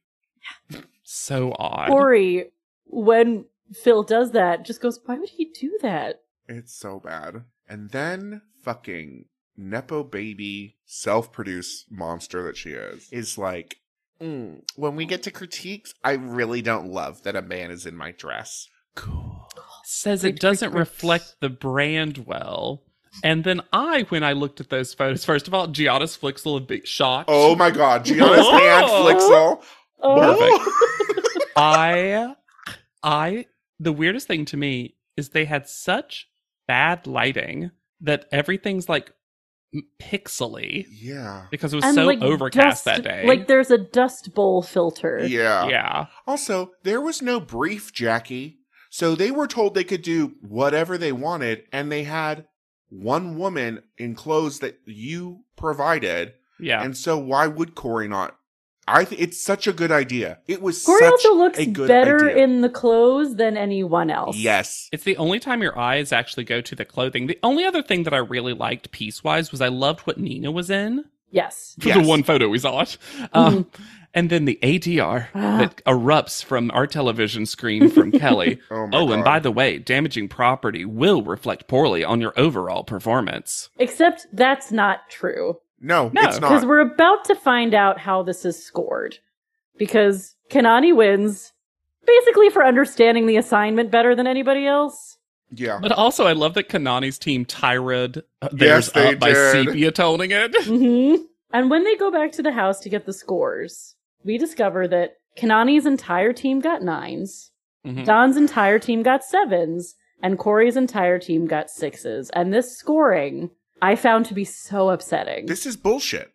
Speaker 2: So odd.
Speaker 3: Corey, when Phil does that, just goes, Why would he do that?
Speaker 1: It's so bad. And then fucking Nepo baby self produced monster that she is is like, "Mm, when we get to critiques, I really don't love that a man is in my dress.
Speaker 2: says
Speaker 3: Great,
Speaker 2: it doesn't
Speaker 3: great, great.
Speaker 2: reflect the brand well. And then I, when I looked at those photos, first of all, Giannis Flixel will be shocked.
Speaker 1: Oh my god, Gianna's
Speaker 2: Oh.
Speaker 1: hand flixel.
Speaker 3: Oh,
Speaker 2: Perfect. I, I, the weirdest thing to me is they had such bad lighting that everything's like m- pixely
Speaker 1: Yeah.
Speaker 2: because it was
Speaker 3: and,
Speaker 2: so
Speaker 3: like,
Speaker 2: overcast
Speaker 3: dust-
Speaker 2: that day.
Speaker 3: Like there's a dust bowl filter.
Speaker 1: Yeah.
Speaker 2: yeah.
Speaker 1: Also, there was no brief, Jackie. So they were told they could do whatever they wanted, and they had one woman in clothes that you provided.
Speaker 2: Yeah.
Speaker 1: And so, why would Corey not? I th- it's such a good idea. It was
Speaker 3: Corey
Speaker 1: such
Speaker 3: also looks
Speaker 1: a good
Speaker 3: better
Speaker 1: idea.
Speaker 3: in the clothes than anyone else.
Speaker 1: yes,
Speaker 2: It's the only time your eyes actually go to the clothing. The only other thing that I really liked piece wise was I loved what Nina was in.
Speaker 3: Yes.
Speaker 2: for
Speaker 1: Yes.
Speaker 2: the one photo we saw it. Um, And then the ADR
Speaker 3: Mm-hmm. Ah.
Speaker 2: that erupts from our television screen from Kelly.
Speaker 1: Oh my
Speaker 2: oh, and
Speaker 1: God.
Speaker 2: by the way, damaging property will reflect poorly on your overall performance.
Speaker 3: Except that's not true.
Speaker 1: no,
Speaker 2: No,
Speaker 1: it's
Speaker 3: Because
Speaker 1: not.
Speaker 3: we're about to find out how this is scored. Because Kanani wins basically for understanding the assignment better than anybody else.
Speaker 1: Yeah,
Speaker 2: But also, I love that Kanani's team tirade uh,
Speaker 1: Yes,
Speaker 2: theirs
Speaker 1: they
Speaker 2: up by
Speaker 1: did.
Speaker 2: sepia toning it.
Speaker 3: hmm And when they go back to the house to get the scores, we discover that Kanani's entire team got nines,
Speaker 2: Mhm.
Speaker 3: Don's entire team got sevens, and Corey's entire team got sixes. And this scoring I found to be so upsetting.
Speaker 1: this is bullshit.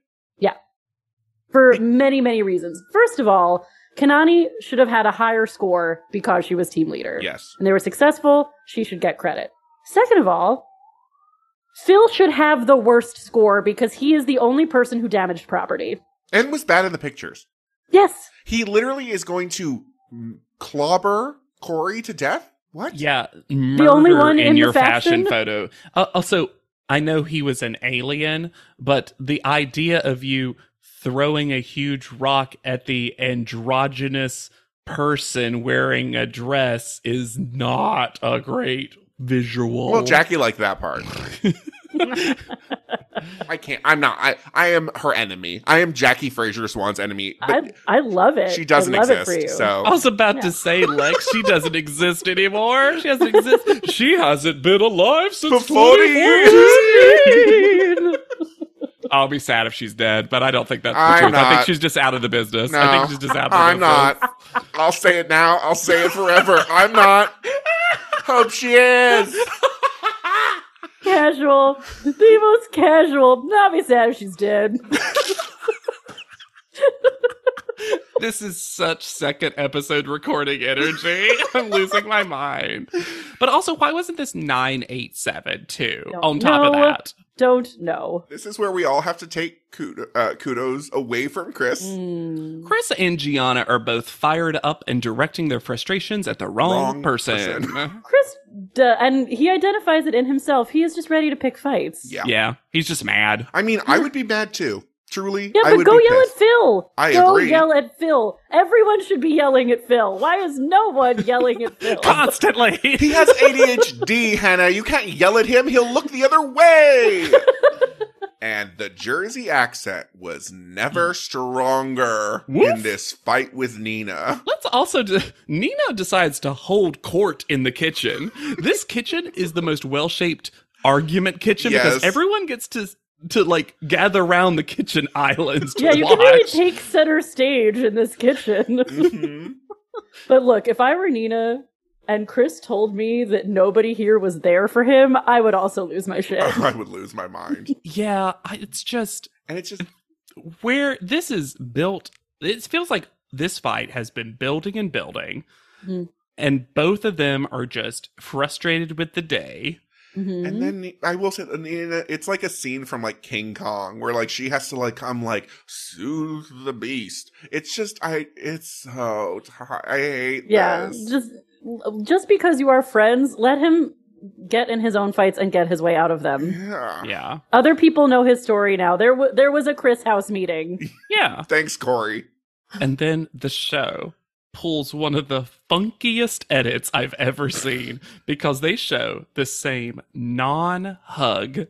Speaker 3: for many, many reasons. First of all, Kanani should have had a higher score because she was team leader.
Speaker 1: Yes,
Speaker 3: And they were successful, she should get credit. Second of all, Phil should have the worst score because he is the only person who damaged property.
Speaker 1: and was bad in the pictures.
Speaker 3: Yes.
Speaker 1: He literally is going to mm, clobber Corey to death. What?
Speaker 2: Yeah, murder
Speaker 3: only one
Speaker 2: in,
Speaker 3: in the
Speaker 2: your fashion
Speaker 3: fashion?
Speaker 2: photo. Uh, also, I know he was an alien, but the idea of you throwing a huge rock at the androgynous person wearing a dress is not a great visual.
Speaker 1: Well, Jackie liked that part. I can't. I'm not. I. I am her enemy. I am Jackie Fraser Swan's enemy. But
Speaker 3: I, I love it.
Speaker 1: she doesn't
Speaker 3: I love It for you.
Speaker 1: exist. So
Speaker 2: I was about to say, Lex, she doesn't exist anymore. She doesn't exist. She hasn't been alive
Speaker 1: for
Speaker 2: since
Speaker 1: 40 years.
Speaker 4: I'll be sad if she's dead, but I don't think that's the
Speaker 1: I'm
Speaker 4: truth. I
Speaker 1: not.
Speaker 4: think she's just out of the business.
Speaker 1: No,
Speaker 4: I think she's just out of the
Speaker 1: I'm
Speaker 4: business.
Speaker 1: not. I'll say it now. I'll say it forever. I'm not. Hope she is.
Speaker 3: casual, the most casual. Not be sad if she's dead.
Speaker 4: This is such second episode recording energy. I'm losing my mind.
Speaker 2: But also, why wasn't this 987 too
Speaker 3: No.
Speaker 2: on top of
Speaker 3: No.
Speaker 2: that?
Speaker 3: Don't know.
Speaker 1: This is where we all have to take kudos, uh, kudos away from Chris. Hmm.
Speaker 3: Mm.
Speaker 2: Chris and Gianna are both fired up and directing their frustrations at the wrong,
Speaker 1: Wrong
Speaker 2: person.
Speaker 3: Chris, d- and he identifies it in himself. He is just ready to pick fights.
Speaker 1: Yeah. Um,
Speaker 2: yeah, he's just mad.
Speaker 1: I mean, I would be mad too. Truly,
Speaker 3: Yeah,
Speaker 1: I
Speaker 3: but
Speaker 1: would
Speaker 3: go
Speaker 1: be
Speaker 3: yell
Speaker 1: pissed.
Speaker 3: at Phil.
Speaker 1: I
Speaker 3: go
Speaker 1: agree.
Speaker 3: yell at Phil. Everyone should be yelling at Phil. Why is no one yelling at Phil?
Speaker 1: He
Speaker 2: Constantly.
Speaker 1: has ADHD, Hannah. You can't yell at him. He'll look the other way. and the Jersey accent was never
Speaker 3: Mm.
Speaker 1: stronger in
Speaker 2: Woof.
Speaker 1: this fight with Nina.
Speaker 2: Let's also. d Nina decides to hold court in the kitchen. This kitchen is the most well shaped argument kitchen
Speaker 1: Yes.
Speaker 2: because everyone gets to. To like gather around the kitchen islands to
Speaker 3: yeah, you
Speaker 2: watch.
Speaker 3: can really take center stage in this kitchen. Mm-hmm.
Speaker 1: Mhm.
Speaker 3: But look, if I were Nina and Chris told me that nobody here was there for him, I would also lose my shit.
Speaker 1: Oh, I would lose my mind.
Speaker 2: yeah, I- it's just
Speaker 1: And it's just
Speaker 2: where this is built it feels like this fight has been building and building
Speaker 3: Mhm.
Speaker 2: and both of them are just frustrated with the day
Speaker 3: Mhm.
Speaker 1: And then I will say, that Nina, it's like a scene from like King Kong where like she has to like come like soothe the beast. It's just I, it's so ti- I hate
Speaker 3: yeah,
Speaker 1: this.
Speaker 3: just just because you are friends, let him get in his own fights and get his way out of them.
Speaker 1: yeah.
Speaker 2: yeah
Speaker 3: Other people know his story now. There, w- there was a Chris House meeting.
Speaker 2: yeah
Speaker 1: Thanks, Corey.
Speaker 2: and then the show pulls one of the funkiest edits i've ever seen because they show the same non-hug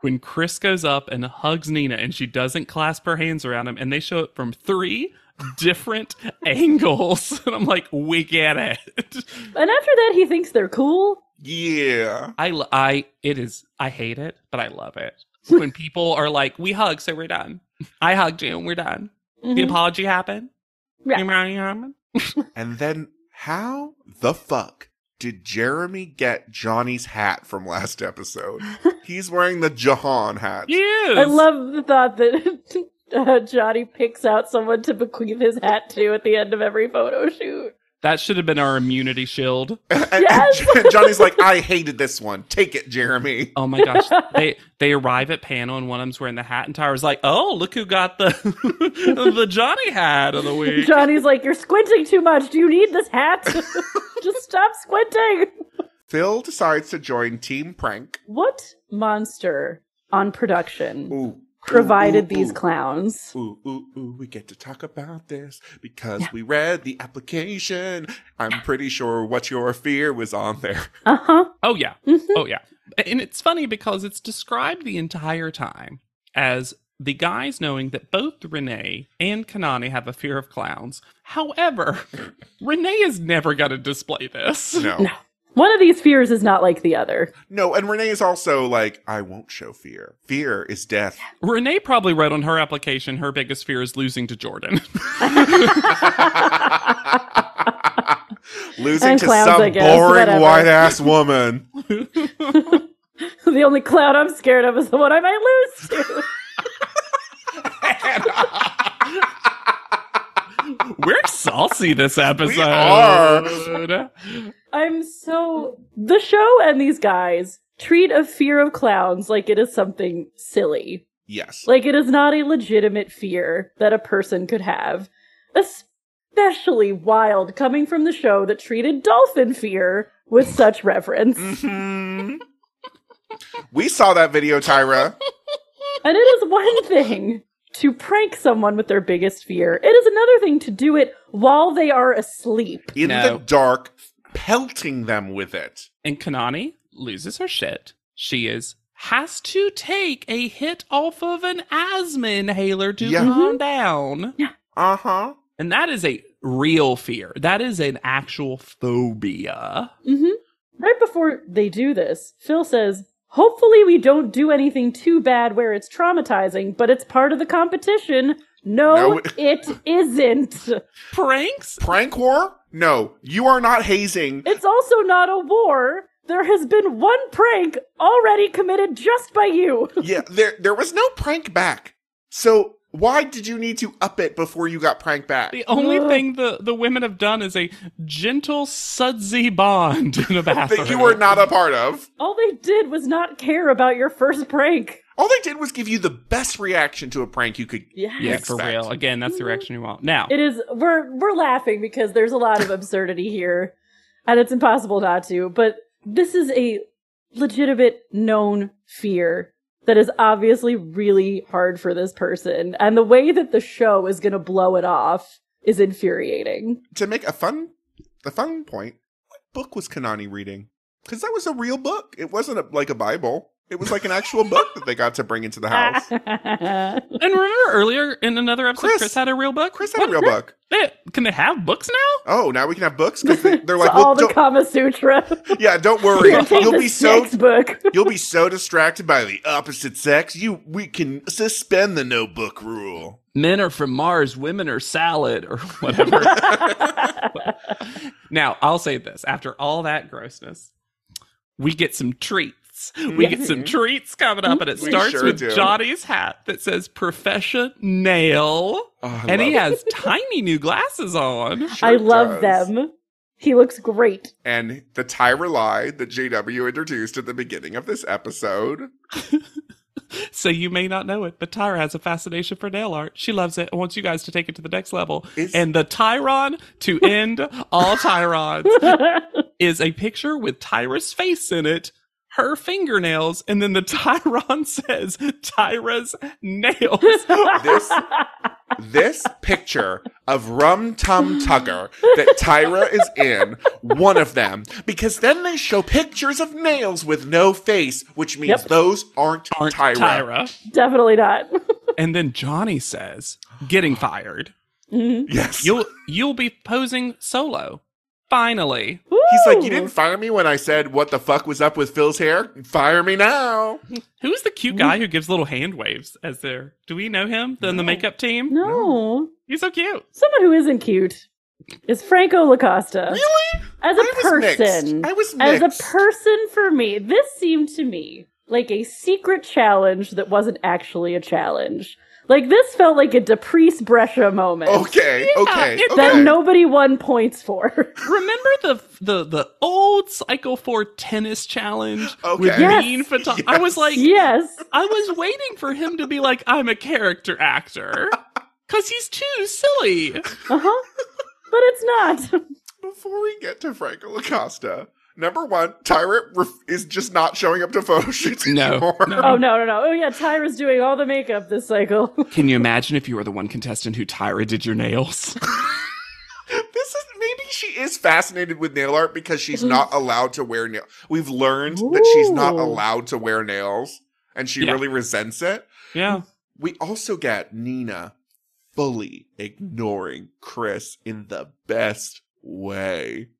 Speaker 2: when chris goes up and hugs nina and she doesn't clasp her hands around him and they show it from three different angles and i'm like we get it
Speaker 3: And after that, he thinks they're cool.
Speaker 1: Yeah.
Speaker 2: I, lo- I, it is, I hate it, but I love it. When people are like, we hug, so we're done. I hugged you and we're done. The
Speaker 3: Mhm.
Speaker 2: apology happened.
Speaker 3: Yeah.
Speaker 2: You know what I mean?
Speaker 1: And then how the fuck did Jeremy get Johnny's hat from last episode? He's wearing the Jahan hat.
Speaker 2: Yes.
Speaker 3: I love the thought that uh, Johnny picks out someone to bequeath his hat to at the end of every photo shoot.
Speaker 2: that. Should have been our immunity shield.
Speaker 1: And- and
Speaker 3: Yes!
Speaker 1: Johnny's like, I hated this one. Take it, Jeremy.
Speaker 2: Oh my gosh. they, they arrive at panel and one of them's wearing the hat and Tyra's like, oh, look who got the, the Johnny hat of the week.
Speaker 3: Johnny's like, "You're squinting too much. Do you need this hat? Just stop squinting."
Speaker 1: Phil decides to join Team Prank.
Speaker 3: What monster on production
Speaker 1: Ooh.
Speaker 3: provided
Speaker 1: Ooh, ooh,
Speaker 3: these
Speaker 1: ooh.
Speaker 3: clowns?
Speaker 1: Ooh, ooh, ooh, we get to talk about this because we read the application. I'm pretty sure what your fear was on there.
Speaker 3: Uh huh.
Speaker 2: Oh yeah.
Speaker 3: Mhm.
Speaker 2: Oh yeah. And it's funny because it's described the entire time as the guys knowing that both Renee and Kanani have a fear of clowns. However, Renee is never going to display this.
Speaker 1: No.
Speaker 3: No. One of these fears is not like the other.
Speaker 1: No, and Renee is also like, I won't show fear. Fear is death.
Speaker 2: Renee probably wrote on her application her biggest fear is losing to Jordan.
Speaker 1: Losing
Speaker 3: And
Speaker 1: to
Speaker 3: clowns, I
Speaker 1: some
Speaker 3: guess,
Speaker 1: boring
Speaker 3: whatever.
Speaker 1: white ass woman.
Speaker 3: The only clown I'm scared of is the one I might lose to.
Speaker 2: We're saucy this episode.
Speaker 1: are.
Speaker 3: I'm so. The show and these guys treat a fear of clowns like it is something silly.
Speaker 1: Yes.
Speaker 3: Like it is not a legitimate fear that a person could have. Especially wild coming from the Mm. show that treated dolphin fear with such reverence.
Speaker 1: Mhm. Mm-hmm. We saw that video, Tyra.
Speaker 3: And it is one thing to prank someone with their biggest fear. It is another thing to do it while they are asleep.
Speaker 1: In
Speaker 4: No.
Speaker 1: the dark, pelting them with it.
Speaker 2: And Kanani loses her shit. She is has to take a hit off of an asthma inhaler to
Speaker 1: Yeah.
Speaker 3: Mm-hmm.
Speaker 2: calm down.
Speaker 1: Uh huh.
Speaker 2: And that is a real fear. That is an actual phobia.
Speaker 3: hmm Right before they do this, Phil says, Hopefully, we don't do anything too bad where it's traumatizing, but it's part of the competition. No,
Speaker 1: No.
Speaker 3: it isn't.
Speaker 2: Pranks?
Speaker 1: Prank war? No, you are not hazing.
Speaker 3: It's also not a war. There has been one prank already committed just by you.
Speaker 1: yeah, there there was no prank back. So why did you need to up it before you got pranked back?
Speaker 2: The only
Speaker 3: Ugh.
Speaker 2: thing the, the women have done is a gentle sudsy bond in a bathroom.
Speaker 1: That you were not a part of.
Speaker 3: All they did was not care about your first prank.
Speaker 1: All they did was give you the best reaction to a prank you could.
Speaker 3: Yes.
Speaker 2: Yeah, for
Speaker 1: expect.
Speaker 2: real. Again, that's the reaction you want. Now,
Speaker 3: Mm-hmm. It is we're we're laughing because there's a lot of absurdity here and it's impossible not to, but this is a legitimate known fear that is obviously really hard for this person and the way that the show is going to blow it off is infuriating.
Speaker 1: To make a fun, the fun point. What book was Kanani reading? Because that was a real book. It wasn't a, like a Bible. It was like an actual book that they got to bring into the
Speaker 3: Ah.
Speaker 1: house.
Speaker 2: and remember earlier in another episode, Chris,
Speaker 1: Chris.
Speaker 2: had a real book?
Speaker 1: Chris had a real book.
Speaker 2: They- can they have books now?
Speaker 1: Oh, now we can have books because they, they're like,
Speaker 3: To
Speaker 1: well,
Speaker 3: all the
Speaker 1: don't,
Speaker 3: Kama Sutra.
Speaker 1: yeah, don't worry,
Speaker 3: Here, take
Speaker 1: you'll
Speaker 3: this
Speaker 1: be so
Speaker 3: next book.
Speaker 1: you'll be so distracted by the opposite sex, you we can suspend the no book rule.
Speaker 2: Men are from Mars, women are salad, or whatever. now, I'll say this after all that grossness, we get some treats. We get some treats coming up, and it
Speaker 1: Mm-hmm. We
Speaker 2: starts
Speaker 1: sure
Speaker 2: with
Speaker 1: do.
Speaker 2: Johnny's hat that says profession nail.
Speaker 1: Oh, I
Speaker 2: And he
Speaker 1: love
Speaker 2: has tiny new glasses on.
Speaker 1: it. Sure
Speaker 3: I love
Speaker 1: does.
Speaker 3: them. He looks great.
Speaker 1: and the Tyra lie that JW introduced at the beginning of this episode.
Speaker 2: So you may not know it, but Tyra has a fascination for nail art. She loves it and wants you guys to take it to the next level.
Speaker 1: It's-
Speaker 2: and the Tyron to end all Tyrons is a picture with Tyra's face in it, her fingernails, and then the Tyron says Tyra's nails.
Speaker 1: This this picture of Rum Tum Tugger that Tyra is in, one of them, because then they show pictures of nails with no face, which means
Speaker 3: Yep.
Speaker 1: those aren't,
Speaker 2: Aren't
Speaker 1: Tyra.
Speaker 2: Tyra.
Speaker 3: Definitely not.
Speaker 2: And then Johnny says, getting fired.
Speaker 3: Mhm.
Speaker 1: Yes.
Speaker 2: You'll you'll be posing solo. Finally.
Speaker 1: He's like, you
Speaker 3: Ooh.
Speaker 1: didn't fire me when I said what the fuck was up with Phil's hair. Fire me now.
Speaker 2: Who's the cute guy who gives little hand waves as there? Do we know him? Then the makeup team?
Speaker 3: No.
Speaker 2: He's so cute.
Speaker 3: Someone who isn't cute is Franco LaCosta.
Speaker 1: Really?
Speaker 3: As
Speaker 1: I
Speaker 3: a
Speaker 1: was
Speaker 3: person.
Speaker 1: mixed. I was
Speaker 3: As
Speaker 1: mixed.
Speaker 3: a person for me, this seemed to me like a secret challenge that wasn't actually a challenge. Like this felt like a Deprese Brescia moment
Speaker 1: Okay. okay.
Speaker 2: it-
Speaker 1: Okay.
Speaker 3: that nobody won points for.
Speaker 2: Remember the the the old Cycle Four tennis challenge
Speaker 1: Okay.
Speaker 2: with
Speaker 3: Yes.
Speaker 2: Mean Photo- I was like,
Speaker 3: yes.
Speaker 2: I was waiting for him to be like, I'm a character actor, because he's too silly.
Speaker 3: Uh-huh. But it's not.
Speaker 1: Before we get to Franco Acosta, number one, Tyra ref- is just not showing up to photo shoots
Speaker 2: No,
Speaker 1: anymore.
Speaker 2: no.
Speaker 3: Oh no, no, no. Oh yeah, Tyra's doing all the makeup this cycle.
Speaker 2: Can you imagine if you were the one contestant who Tyra did your nails?
Speaker 1: This is maybe she is fascinated with nail art because she's not allowed to wear nail. We've learned that she's not
Speaker 3: Ooh.
Speaker 1: allowed to wear nails, and she
Speaker 2: Yeah.
Speaker 1: really resents it.
Speaker 2: Yeah,
Speaker 1: We also get Nina fully ignoring Chris in the best way,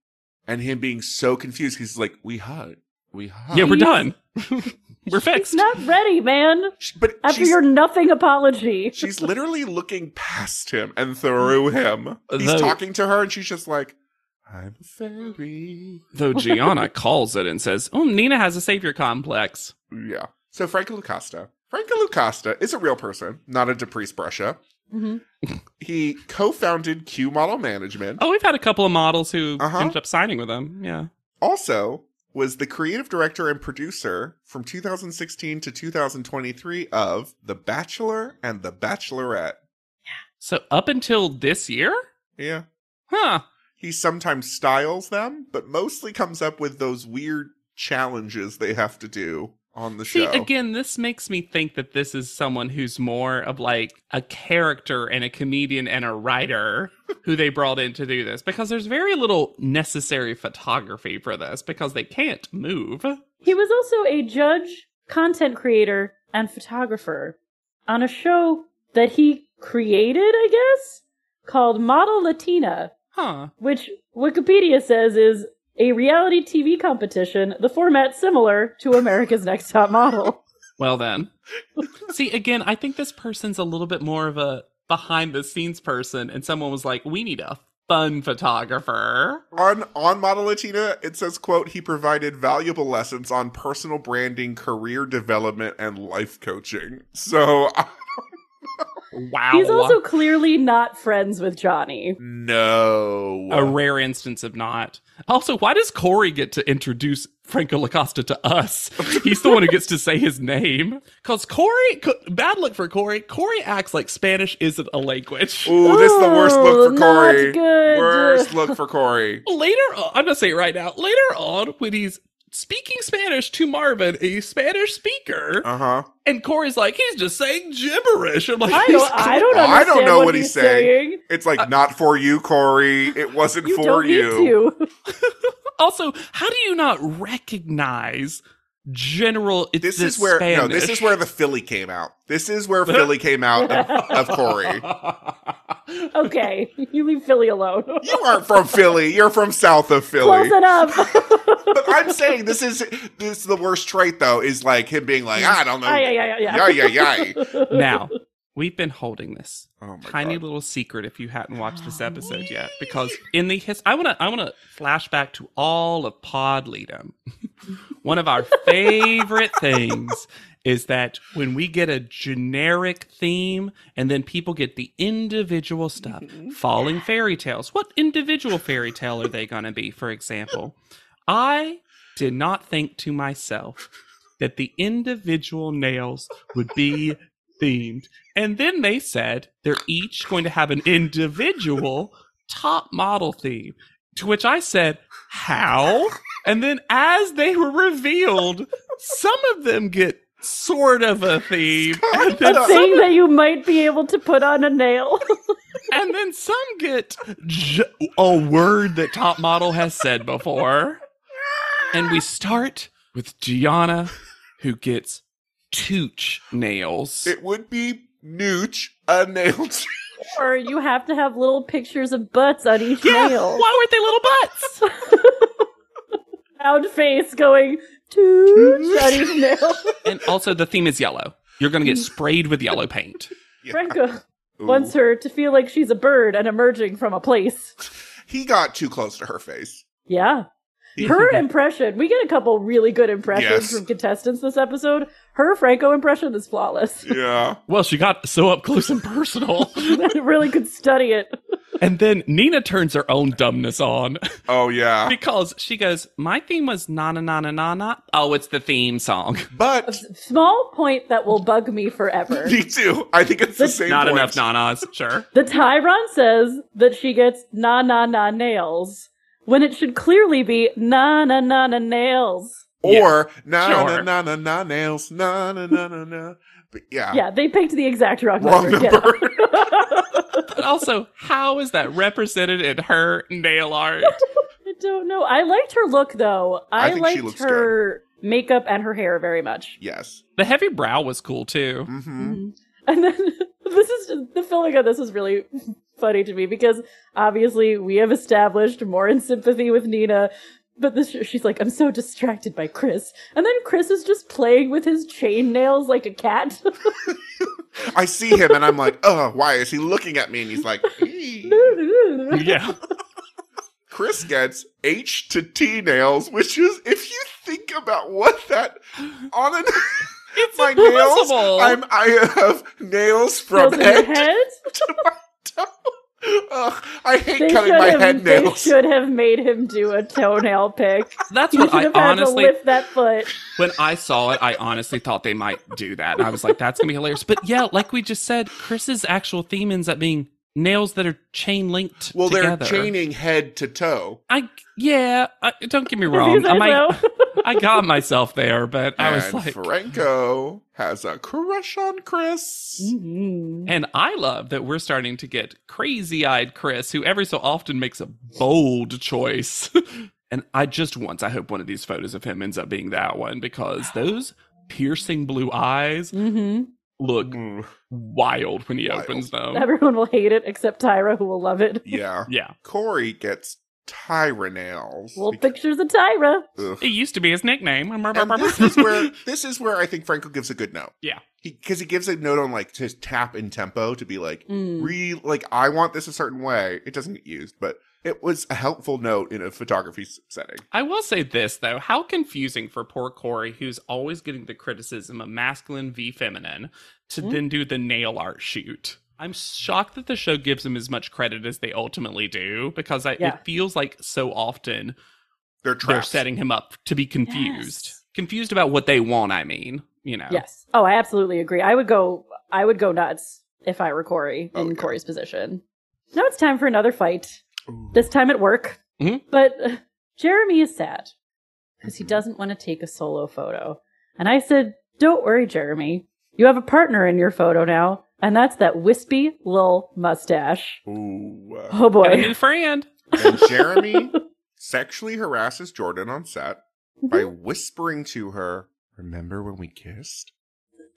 Speaker 1: and him being so confused. He's like, "We hug, we hug."
Speaker 2: yeah, we're
Speaker 3: He's-
Speaker 2: done. we're fixed.
Speaker 3: It's not ready, man.
Speaker 1: She- but
Speaker 3: After
Speaker 1: she's-
Speaker 3: your nothing apology.
Speaker 1: She's literally looking past him and through him. He's
Speaker 2: Though-
Speaker 1: talking to her, and she's just like, "I'm a fairy."
Speaker 2: Though Gianna calls it and says, "Oh, Nina has a savior complex."
Speaker 1: Yeah. So Franco Lucasta. Franco Lucasta is a real person, not a Deprese Brescia.
Speaker 3: Mhm.
Speaker 1: He co-founded Q Model Management.
Speaker 2: Oh, we've had a couple of models who
Speaker 1: Uh-huh.
Speaker 2: ended up signing with him. Yeah.
Speaker 1: Also, was the creative director and producer from 2016 to 2023 of The Bachelor and The Bachelorette.
Speaker 2: So up until this year?
Speaker 1: Yeah.
Speaker 2: Huh.
Speaker 1: He sometimes styles them, but mostly comes up with those weird challenges they have to do on the
Speaker 2: See,
Speaker 1: show.
Speaker 2: again, this makes me think that this is someone who's more of like a character and a comedian and a writer who they brought in to do this because there's very little necessary photography for this because they can't move.
Speaker 3: He was also a judge, content creator, and photographer on a show that he created, I guess, called Model Latina,
Speaker 2: Huh.
Speaker 3: which Wikipedia says is a reality TV competition, the format similar to America's Next Top Model.
Speaker 2: Well, then. See, again, I think this person's a little bit more of a behind the scenes person, and someone was like, we need a fun photographer.
Speaker 1: on on Model Latina, it says, "quote He provided valuable lessons on personal branding, career development, and life coaching." So I-
Speaker 2: Wow.
Speaker 3: He's also clearly not friends with Johnny.
Speaker 1: no,
Speaker 2: a rare instance of not. Also, why does Corey get to introduce Franco Lacosta to us? He's the one who gets to say his name. Because Corey, co- bad look for Corey, Corey acts like Spanish isn't a language.
Speaker 1: Ooh, this is the worst look
Speaker 3: Ooh, not
Speaker 1: for Corey.
Speaker 3: good.
Speaker 1: Worst look for Corey.
Speaker 2: Later on, I'm going to say it right now, later on, when he's speaking Spanish to Marvin, a Spanish speaker,
Speaker 1: Uh huh.
Speaker 2: and Corey's like, he's just saying gibberish. I'm like,
Speaker 3: I
Speaker 2: "He's
Speaker 3: don't, I don't
Speaker 1: I
Speaker 3: understand
Speaker 1: don't know
Speaker 3: what,
Speaker 1: what
Speaker 3: he's,
Speaker 1: he's saying.
Speaker 3: saying.
Speaker 1: It's
Speaker 2: Uh,
Speaker 1: like not for you, Corey. It wasn't
Speaker 3: You
Speaker 1: for
Speaker 3: don't
Speaker 1: you.
Speaker 3: need to.
Speaker 2: Also, how do you not recognize general? It's
Speaker 1: This
Speaker 2: the
Speaker 1: is where
Speaker 2: Spanish.
Speaker 1: no. This is where the Philly came out. This is where Philly came out of, of Corey.
Speaker 3: Okay, you leave Philly alone.
Speaker 1: You aren't from Philly. You're from south of Philly.
Speaker 3: Close enough.
Speaker 1: But I'm saying this is this is the worst trait though. Is like him being like I don't know.
Speaker 3: Ay, ay, ay, ay,
Speaker 1: Yeah,
Speaker 3: ay.
Speaker 1: yeah, yeah.
Speaker 2: now we've been holding this
Speaker 1: Oh my
Speaker 2: tiny
Speaker 1: god.
Speaker 2: little secret if you hadn't watched this episode yet because in the his i want to i want to flash back to all of pod leadem one of our favorite things is that when we get a generic theme and then people get the individual stuff falling fairy tales what individual fairy tale are they going to be for example i did not think to myself that the individual nails would be themed and then they said they're each going to have an individual top model theme. To which I said, How? And then as they were revealed, some of them get sort of a theme. And then,
Speaker 3: A thing that you might be able to put on a nail.
Speaker 2: and then some get j- a word that top model has said before. And we start with Gianna, who gets tooch nails.
Speaker 1: It would be nooch a nail.
Speaker 3: or you have to have little pictures of butts on each
Speaker 2: yeah,
Speaker 3: nail.
Speaker 2: why weren't they little butts?
Speaker 3: Round face going tooch on each nail.
Speaker 2: and also the theme is yellow. You're gonna get sprayed with yellow paint.
Speaker 3: Franco
Speaker 1: Ooh.
Speaker 3: wants her to feel like she's a bird and emerging from a place.
Speaker 1: He got too close to her face.
Speaker 3: Yeah. Her impression, we get a couple really good impressions
Speaker 1: Yes.
Speaker 3: from contestants this episode. Her Franco impression is flawless.
Speaker 1: Yeah.
Speaker 2: Well, she got so up close and personal.
Speaker 3: really could study it.
Speaker 2: and then Nina turns her own dumbness on
Speaker 1: Oh yeah.
Speaker 2: because she goes, My theme was na na na na na na. Oh, it's the theme song.
Speaker 1: But
Speaker 3: Small point that will bug me forever.
Speaker 1: me too. I think it's the
Speaker 3: That's
Speaker 1: same.
Speaker 2: Not
Speaker 1: point.
Speaker 2: enough na na's, sure.
Speaker 3: The Tyron says that she gets na na na nails when it should clearly be na na na na nails.
Speaker 1: Or na
Speaker 2: sure.
Speaker 1: na na na na nails. Na na na na na. But yeah.
Speaker 3: Yeah, they picked the exact wrong,
Speaker 1: Wrong
Speaker 3: number.
Speaker 1: number.
Speaker 2: But also, how is that represented in her nail art?
Speaker 3: Yeah. I don't know. I liked her look though.
Speaker 1: I
Speaker 3: I,
Speaker 1: think she
Speaker 3: liked
Speaker 1: looks
Speaker 3: her makeup and her hair very much.
Speaker 1: yes.
Speaker 2: The heavy brow was cool too.
Speaker 1: Mm-hmm.
Speaker 3: And then this is the filming of this is really funny to me because obviously we have established more in sympathy with Nina. But this, she's like, I'm so distracted by Chris. And then Chris is just playing with his chain nails like a cat.
Speaker 1: I see him and I'm like, oh, why is he looking at me? And he's like, "Ee."
Speaker 2: Yeah.
Speaker 1: Chris gets H to T nails, which is if you think about what that on a
Speaker 2: It's
Speaker 1: my nails,
Speaker 2: impossible.
Speaker 1: I'm I have nails from
Speaker 3: Nails in your
Speaker 1: head to my toe. Ugh, I hate
Speaker 3: They
Speaker 1: cutting
Speaker 3: should
Speaker 1: my
Speaker 3: have,
Speaker 1: head
Speaker 3: they
Speaker 1: nails.
Speaker 3: should have made him do a toenail pick.
Speaker 2: That's
Speaker 3: you
Speaker 2: what
Speaker 3: should
Speaker 2: I
Speaker 3: have had
Speaker 2: honestly
Speaker 3: to lift that foot.
Speaker 2: when I saw it, I honestly thought they might do that. And I was like, that's gonna be hilarious. But yeah, like we just said, Chris's actual theme ends up being nails that are chain linked.
Speaker 1: Well, they're
Speaker 2: together.
Speaker 1: chaining head to toe.
Speaker 2: I yeah. I, don't get me
Speaker 3: If you
Speaker 2: wrong.
Speaker 3: say
Speaker 2: I might
Speaker 3: so.
Speaker 2: I got myself there, but I was
Speaker 1: and
Speaker 2: like,
Speaker 1: Franco has a crush on Chris.
Speaker 3: Mhm.
Speaker 2: and I love that we're starting to get crazy eyed Chris, who every so often makes a bold choice. and I just once, I hope one of these photos of him ends up being that one because those piercing blue eyes
Speaker 3: Mhm.
Speaker 2: look
Speaker 1: Mm,
Speaker 2: wild when he
Speaker 1: Wild.
Speaker 2: opens them.
Speaker 3: Everyone will hate it except Tyra, who will love it.
Speaker 1: Yeah.
Speaker 2: Yeah.
Speaker 1: Corey gets Tyra nails.
Speaker 3: Little
Speaker 1: because-
Speaker 3: pictures of Tyra.
Speaker 1: Ugh.
Speaker 2: It used to be his nickname.
Speaker 1: And this
Speaker 3: Um,
Speaker 1: is where this is where I think Franco gives a good note.
Speaker 2: Yeah.
Speaker 1: because he, gives a note on like his tap and tempo to be like,
Speaker 3: Mm.
Speaker 1: re like I want this a certain way. It doesn't get used, but it was a helpful note in a photography s- setting.
Speaker 2: I will say this though, how confusing for poor Corey, who's always getting the criticism of masculine v feminine, to
Speaker 3: Hmm?
Speaker 2: then do the nail art shoot. I'm shocked that the show gives him as much credit as they ultimately do because I,
Speaker 3: Yeah.
Speaker 2: it feels like so often
Speaker 1: They're
Speaker 2: they're
Speaker 1: trapped.
Speaker 2: setting him up to be confused. Confused about what they want, I mean, you know.
Speaker 3: Yes. Oh, I absolutely agree. I would go. I would go nuts if I were Corey
Speaker 1: Oh,
Speaker 3: in
Speaker 1: yeah.
Speaker 3: Corey's position. Now it's time for another fight. This time at work.
Speaker 2: Mhm.
Speaker 3: But uh, Jeremy is sad because he doesn't want to take a solo photo. And I said, "Don't worry, Jeremy. You have a partner in your photo now, and that's that wispy little mustache."
Speaker 1: Ooh. uh,
Speaker 2: Got
Speaker 3: Oh
Speaker 2: a
Speaker 3: boy.
Speaker 2: new friend.
Speaker 1: and Jeremy sexually harasses Jordan on set
Speaker 3: Mm-hmm.
Speaker 1: by whispering to her, "Remember when we kissed?"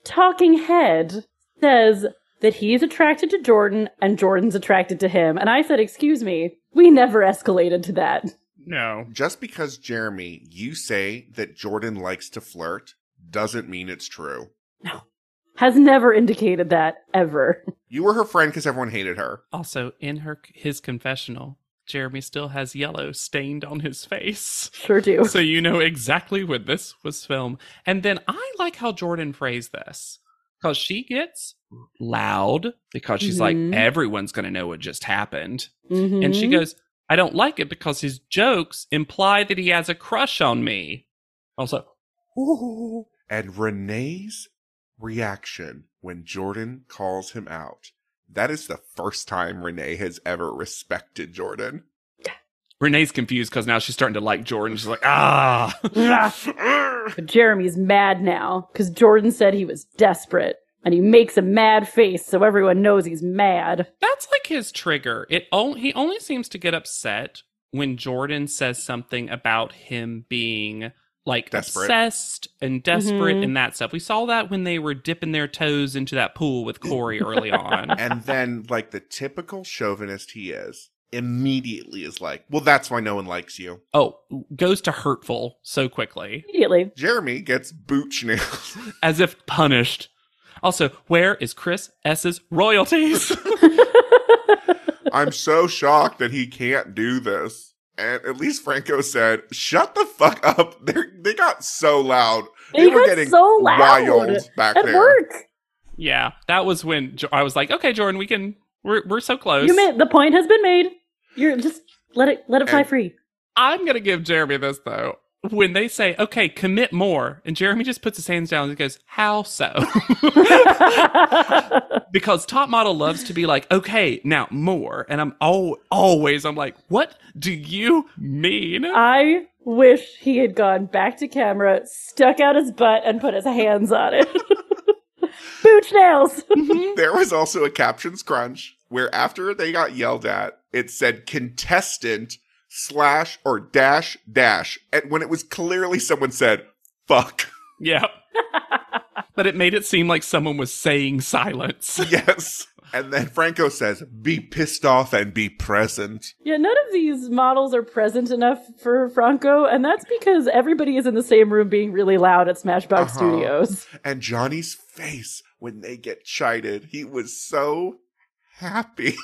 Speaker 3: Talking Head says that he's attracted to Jordan and Jordan's attracted to him. And I said, Excuse me, we never escalated to that.
Speaker 2: No.
Speaker 1: Just because Jeremy, you say that Jordan likes to flirt, doesn't mean it's true.
Speaker 3: Has never indicated that ever.
Speaker 1: You were her friend because everyone hated her.
Speaker 2: Also, in her his confessional, Jeremy still has yellow stained on his face.
Speaker 3: Sure do.
Speaker 2: so you know exactly when this was filmed. And then I like how Jordan phrased this because she gets loud because she's
Speaker 3: Mhm.
Speaker 2: like, everyone's going to know what just happened. And she
Speaker 3: Mhm.
Speaker 2: goes, I don't like it because his jokes imply that he has a crush on me. Also,
Speaker 1: Ooh. And Renee's reaction when Jordan calls him out. That is the first time Renee has ever respected Jordan.
Speaker 2: Renee's confused because now she's starting to like Jordan. She's like, ah.
Speaker 3: But Jeremy's mad now because Jordan said he was desperate. And he makes a mad face so everyone knows he's mad.
Speaker 2: That's like his trigger. It o- he only seems to get upset when Jordan says something about him being like
Speaker 1: Desperate.
Speaker 2: obsessed and desperate
Speaker 3: Mhm.
Speaker 2: and that stuff. We saw that when they were dipping their toes into that pool with Corey early on.
Speaker 1: and then, like the typical chauvinist he is, immediately is like, well, that's why no one likes you.
Speaker 2: oh, goes to hurtful so quickly
Speaker 3: Immediately.
Speaker 1: Jeremy gets booch nails.
Speaker 2: as if punished. Also, where is Chris S's royalties?
Speaker 1: I'm so shocked that he can't do this. And at least Franco said, "Shut the fuck up!" They they got so loud.
Speaker 3: They got so loud
Speaker 1: wild back
Speaker 3: At
Speaker 1: there.
Speaker 3: work.
Speaker 2: yeah, that was when jo- I was like, okay, Jordan, we can we're we're so close.
Speaker 3: You made the point has been made. You're just let it let it fly
Speaker 1: And-
Speaker 3: free.
Speaker 2: I'm gonna give Jeremy this though. When they say, "Okay, commit more," and Jeremy just puts his hands down and goes, "How so?" because top model loves to be like, "Okay, now more," and I'm al- always I'm like, "What do you mean?"
Speaker 3: I wish he had gone back to camera, stuck out his butt, and put his hands on it. Booch nails.
Speaker 2: Mhm.
Speaker 1: There was also a captions crunch where after they got yelled at, it said contestant slash or dash dash, and when it was clearly someone said "fuck."
Speaker 2: yeah, but it made it seem like someone was saying silence.
Speaker 1: Yes, and then Franco says, "Be pissed off and be present."
Speaker 3: Yeah, none of these models are present enough for Franco, and that's because everybody is in the same room being really loud at Smashbox
Speaker 1: Uh-huh.
Speaker 3: Studios.
Speaker 1: And Johnny's face when they get chided, he was so happy.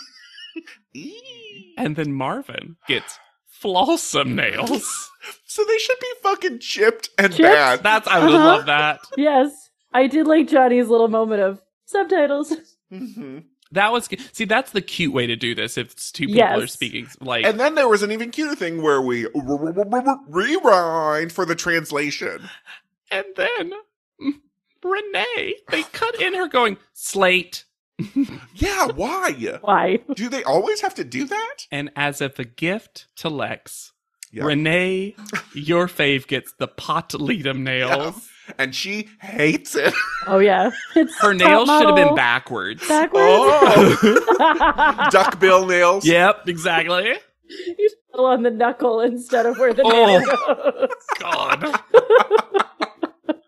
Speaker 1: Eee.
Speaker 2: And then Marvin gets flawsome nails.
Speaker 1: so they should be fucking chipped and
Speaker 3: Chipped?
Speaker 1: bad.
Speaker 2: That's I would
Speaker 3: Uh-huh.
Speaker 2: love that.
Speaker 3: Yes, I did like Johnny's little moment of subtitles.
Speaker 1: Mhm.
Speaker 2: That was good. see. That's the cute way to do this. If it's two people
Speaker 3: Yes.
Speaker 2: are speaking, like
Speaker 1: And then there was an even cuter thing where we r- r- r- r- r- rewind for the translation.
Speaker 2: And then mm, Renee, they cut in her going slate.
Speaker 1: Yeah, why?
Speaker 3: Why?
Speaker 1: Do they always have to do that?
Speaker 2: And as if a gift to Lex,
Speaker 1: Yeah.
Speaker 2: Renee, your fave gets the pot leadum nails.
Speaker 1: and she hates it.
Speaker 3: Oh yeah, it's
Speaker 2: Her
Speaker 3: top
Speaker 2: nails should have been
Speaker 3: model,
Speaker 2: backwards.
Speaker 3: backwards.
Speaker 1: Oh, duckbill nails.
Speaker 2: Yep, exactly.
Speaker 3: you fell on the knuckle instead of where the
Speaker 2: Oh.
Speaker 3: nail goes.
Speaker 2: God.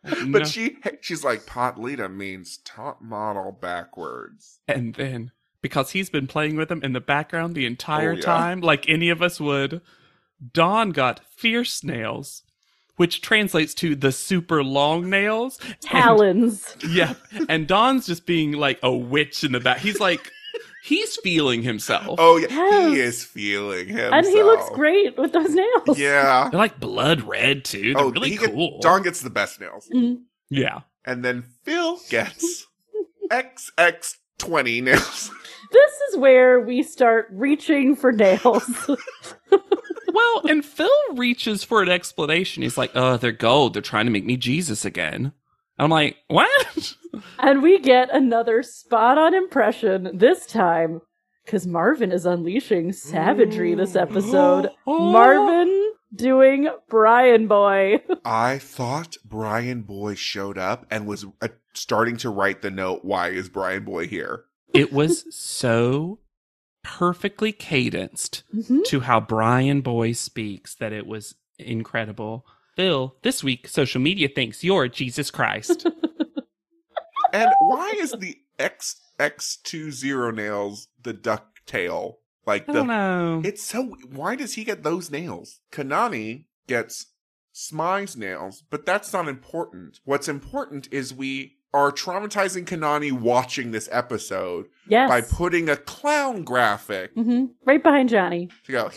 Speaker 2: but
Speaker 1: But she she's like pot Lita means top model backwards.
Speaker 2: and then because he's been playing with them in the background the entire
Speaker 1: Oh, yeah.
Speaker 2: time, like any of us would, Dawn got fierce nails, which translates to the super long nails. And,
Speaker 3: Talons.
Speaker 2: yeah, and Dawn's just being like a witch in the back. He's like, he's feeling himself.
Speaker 1: Oh yeah,
Speaker 3: Yes.
Speaker 1: he is feeling himself,
Speaker 3: And he looks great with those nails.
Speaker 1: Yeah.
Speaker 2: They're like blood red too. They're
Speaker 1: oh,
Speaker 2: really
Speaker 1: he get-
Speaker 2: cool.
Speaker 1: Don gets the best nails,
Speaker 3: Mm.
Speaker 2: yeah.
Speaker 1: and then Phil gets XX twenty nails.
Speaker 3: This is where we start reaching for nails.
Speaker 2: Well, and Phil reaches for an explanation. He's like, "Oh, they're gold. They're trying to make me Jesus again." I'm like, "What?"
Speaker 3: and we get another spot on impression this time because Marvin is unleashing savagery this
Speaker 1: Mm-hmm.
Speaker 3: episode.
Speaker 2: Oh.
Speaker 3: Marvin doing Brian Boy.
Speaker 1: I thought Brian Boy showed up and was uh, starting to write the note. Why is Brian Boy here?
Speaker 2: It was so perfectly cadenced
Speaker 3: Mhm.
Speaker 2: to how Brian Boy speaks that it was incredible. Phil, this week social media thinks you're Jesus Christ.
Speaker 1: And why is the XX two zero nails the duck tail? Like
Speaker 2: I
Speaker 1: the
Speaker 2: don't know.
Speaker 1: It's so. Why does he get those nails? Kanani gets Smy's nails, but that's not important. What's important is we are traumatizing Kanani watching this episode
Speaker 3: Yes.
Speaker 1: by putting a clown graphic
Speaker 2: Mm.
Speaker 3: hmm Right behind Johnny.
Speaker 1: to go.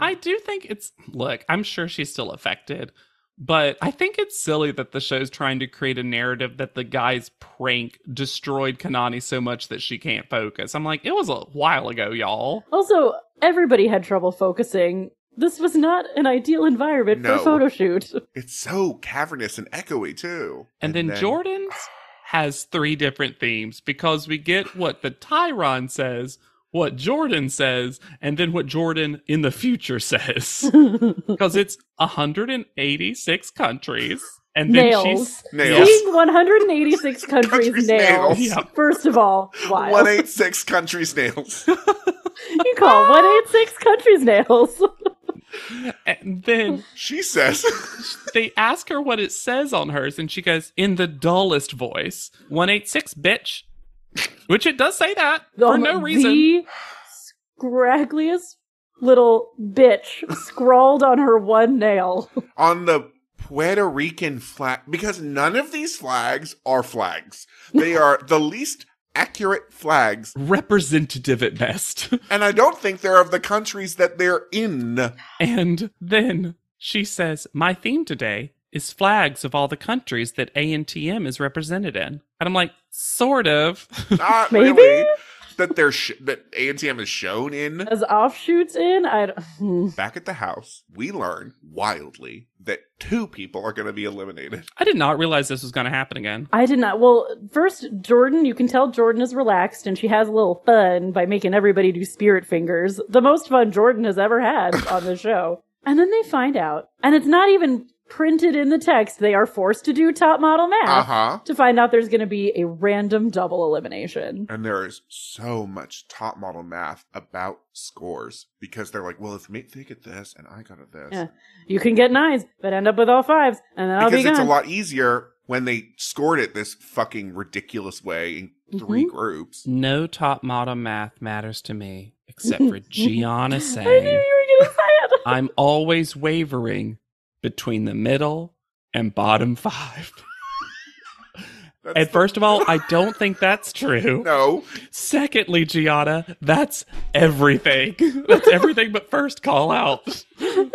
Speaker 2: I do think it's look, I'm sure she's still affected, but I think it's silly that the show's trying to create a narrative that the guy's prank destroyed Kanani so much that she can't focus. I'm like, it was a while ago, y'all.
Speaker 3: Also, everybody had trouble focusing. This was not an ideal environment for
Speaker 1: No.
Speaker 3: a photo shoot.
Speaker 1: It's so cavernous and echoey too.
Speaker 2: And, then, Jordan's has three different themes because we get what the Tyron says, what Jordan says, and then what Jordan in the future says. Because it's 186 countries. And then she's
Speaker 3: nails.
Speaker 1: Nails.
Speaker 3: Seeing 186 countries'
Speaker 1: Countries'
Speaker 3: nails.
Speaker 1: nails.
Speaker 2: Yep.
Speaker 3: First of all, wild.
Speaker 1: One eight six countries nails.
Speaker 3: you call 186 countries' nails.
Speaker 2: and then
Speaker 1: She says,
Speaker 2: they ask her what it says on hers, and she goes, in the dullest voice, 186, bitch. Which it does say that for
Speaker 3: Um,
Speaker 2: no reason.
Speaker 3: The scraggliest little bitch scrawled on her one nail.
Speaker 1: on the Puerto Rican flag because none of these flags are flags. They are the least accurate flags
Speaker 2: Representative at best.
Speaker 1: And I don't think they're of the countries that they're in.
Speaker 2: and then she says, My theme today is flags of all the countries that ANTM is represented in. And I'm like, sort of.
Speaker 1: Not
Speaker 3: Maybe?
Speaker 1: really. That they're sh- that ANTM is shown in.
Speaker 3: As offshoots in, I don't. hmm.
Speaker 1: Back at the house, we learn wildly that two people are going to be eliminated.
Speaker 2: I did not realize this was going to happen again.
Speaker 3: I did not. Well, first, Jordan, you can tell Jordan is relaxed and she has a little fun by making everybody do spirit fingers. The most fun Jordan has ever had on the show. And then they find out, and it's not even printed in the text, they are forced to do top model math
Speaker 1: Uh huh.
Speaker 3: to find out there's going to be a random double elimination.
Speaker 1: And there is so much top model math about scores because they're like, well, if me- they get this and I got a this,
Speaker 3: Yeah. You can get nines, but end up with all fives, and then I'll
Speaker 1: because
Speaker 3: be
Speaker 1: it's a
Speaker 3: gone.
Speaker 1: lot easier when they scored it this fucking ridiculous way in 3
Speaker 3: Mm-hmm.
Speaker 1: groups.
Speaker 2: No top model math matters to me, except for Gianna
Speaker 3: I
Speaker 2: saying.
Speaker 3: knew you were going to say it.
Speaker 2: I'm always wavering between the middle and bottom five.
Speaker 1: That's
Speaker 2: And
Speaker 1: the-
Speaker 2: first of all, I don't think that's true.
Speaker 1: no,
Speaker 2: Secondly, Gianna, that's everything. That's everything but first call out.
Speaker 3: In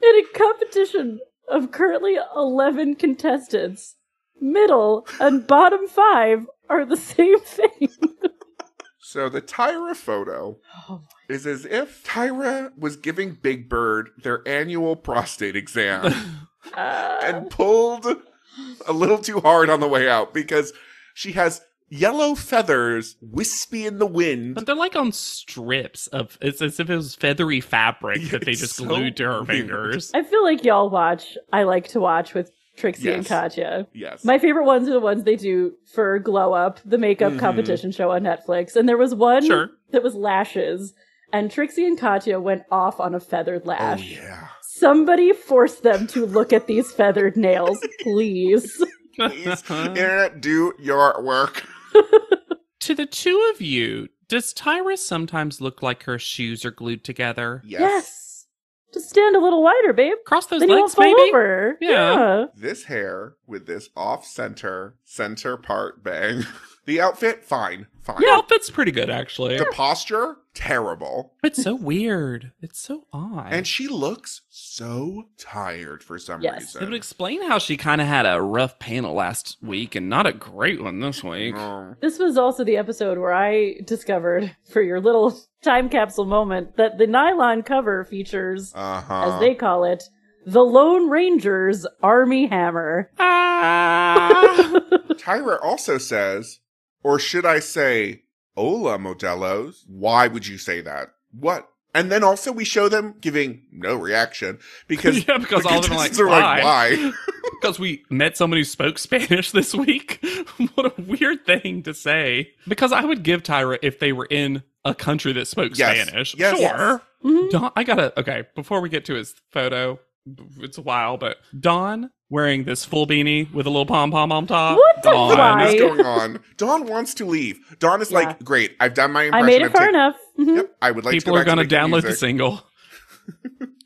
Speaker 3: a competition of currently 11 contestants, middle and bottom five are the same thing.
Speaker 1: So the Tyra photo
Speaker 3: Oh.
Speaker 1: is as if Tyra was giving Big Bird their annual prostate exam
Speaker 3: Uh,
Speaker 1: and pulled a little too hard on the way out because she has yellow feathers wispy in the wind.
Speaker 2: But they're like on strips of it's as if it was feathery fabric
Speaker 1: Yeah,
Speaker 2: that they
Speaker 1: it's
Speaker 2: just
Speaker 1: so
Speaker 2: glued to her
Speaker 1: weird.
Speaker 2: fingers.
Speaker 3: I feel like y'all watch. I like to watch with Trixie and
Speaker 1: Yes.
Speaker 3: Katya.
Speaker 1: yes.
Speaker 3: My favorite ones are the ones they do for Glow Up, the makeup
Speaker 1: Mhm.
Speaker 3: competition show on Netflix. And there was one
Speaker 2: Sure.
Speaker 3: that was lashes, and Trixie and Katya went off on a feathered
Speaker 1: oh
Speaker 3: lash.
Speaker 1: yeah.
Speaker 3: Somebody force them to look at these feathered nails, please.
Speaker 1: Please, internet, do your work.
Speaker 2: to the two of you, does Tyra sometimes look like her shoes are glued together?
Speaker 1: Yes.
Speaker 3: Yes. Just stand a little wider, babe.
Speaker 2: Cross those
Speaker 3: then you won't
Speaker 2: legs,
Speaker 3: fall
Speaker 2: maybe.
Speaker 3: over.
Speaker 2: Yeah.
Speaker 1: This hair with this off-center center part bang. The outfit, fine, fine.
Speaker 2: The outfit's pretty good, actually.
Speaker 1: The posture, terrible.
Speaker 2: It's so weird. It's so odd.
Speaker 1: And she looks so tired for some
Speaker 3: Yes.
Speaker 2: it would
Speaker 1: reason.
Speaker 2: explain how she kind of had a rough panel last week and not a great one this week.
Speaker 1: Mm.
Speaker 3: This was also the episode where I discovered, for your little time capsule moment, that the nylon cover features,
Speaker 1: Uh-huh.
Speaker 3: as they call it, the Lone Ranger's Army Hammer.
Speaker 2: Ah!
Speaker 1: Tyra also says, or should I say, Ola Modelo's? Why would you say that? What? And then also we show them giving no reaction because
Speaker 2: yeah, because
Speaker 1: the
Speaker 2: all of them are like,
Speaker 1: contestants are like, why?
Speaker 2: Because we met someone who spoke Spanish this week. what a weird thing to say. Because I would give Tyra if they were in a country that spoke
Speaker 1: Yes.
Speaker 2: Spanish.
Speaker 1: Yes.
Speaker 2: Sure.
Speaker 3: Mhm.
Speaker 2: Don, I gotta, okay, before we get to his photo, b- it's a while, but Don wearing this full beanie with a little pom pom on top.
Speaker 3: What the
Speaker 2: Dawn.
Speaker 1: What
Speaker 3: fly?
Speaker 1: is going on? Dawn wants to leave. Dawn is
Speaker 3: Yeah.
Speaker 1: like, great, I've done my
Speaker 3: I
Speaker 1: impression.
Speaker 3: made it
Speaker 1: of
Speaker 3: far
Speaker 1: Tick-
Speaker 3: enough. Mhm.
Speaker 1: Yep, I would like
Speaker 2: People
Speaker 1: to go
Speaker 2: are
Speaker 1: back
Speaker 2: gonna
Speaker 1: to making
Speaker 2: download the
Speaker 1: music.
Speaker 2: single.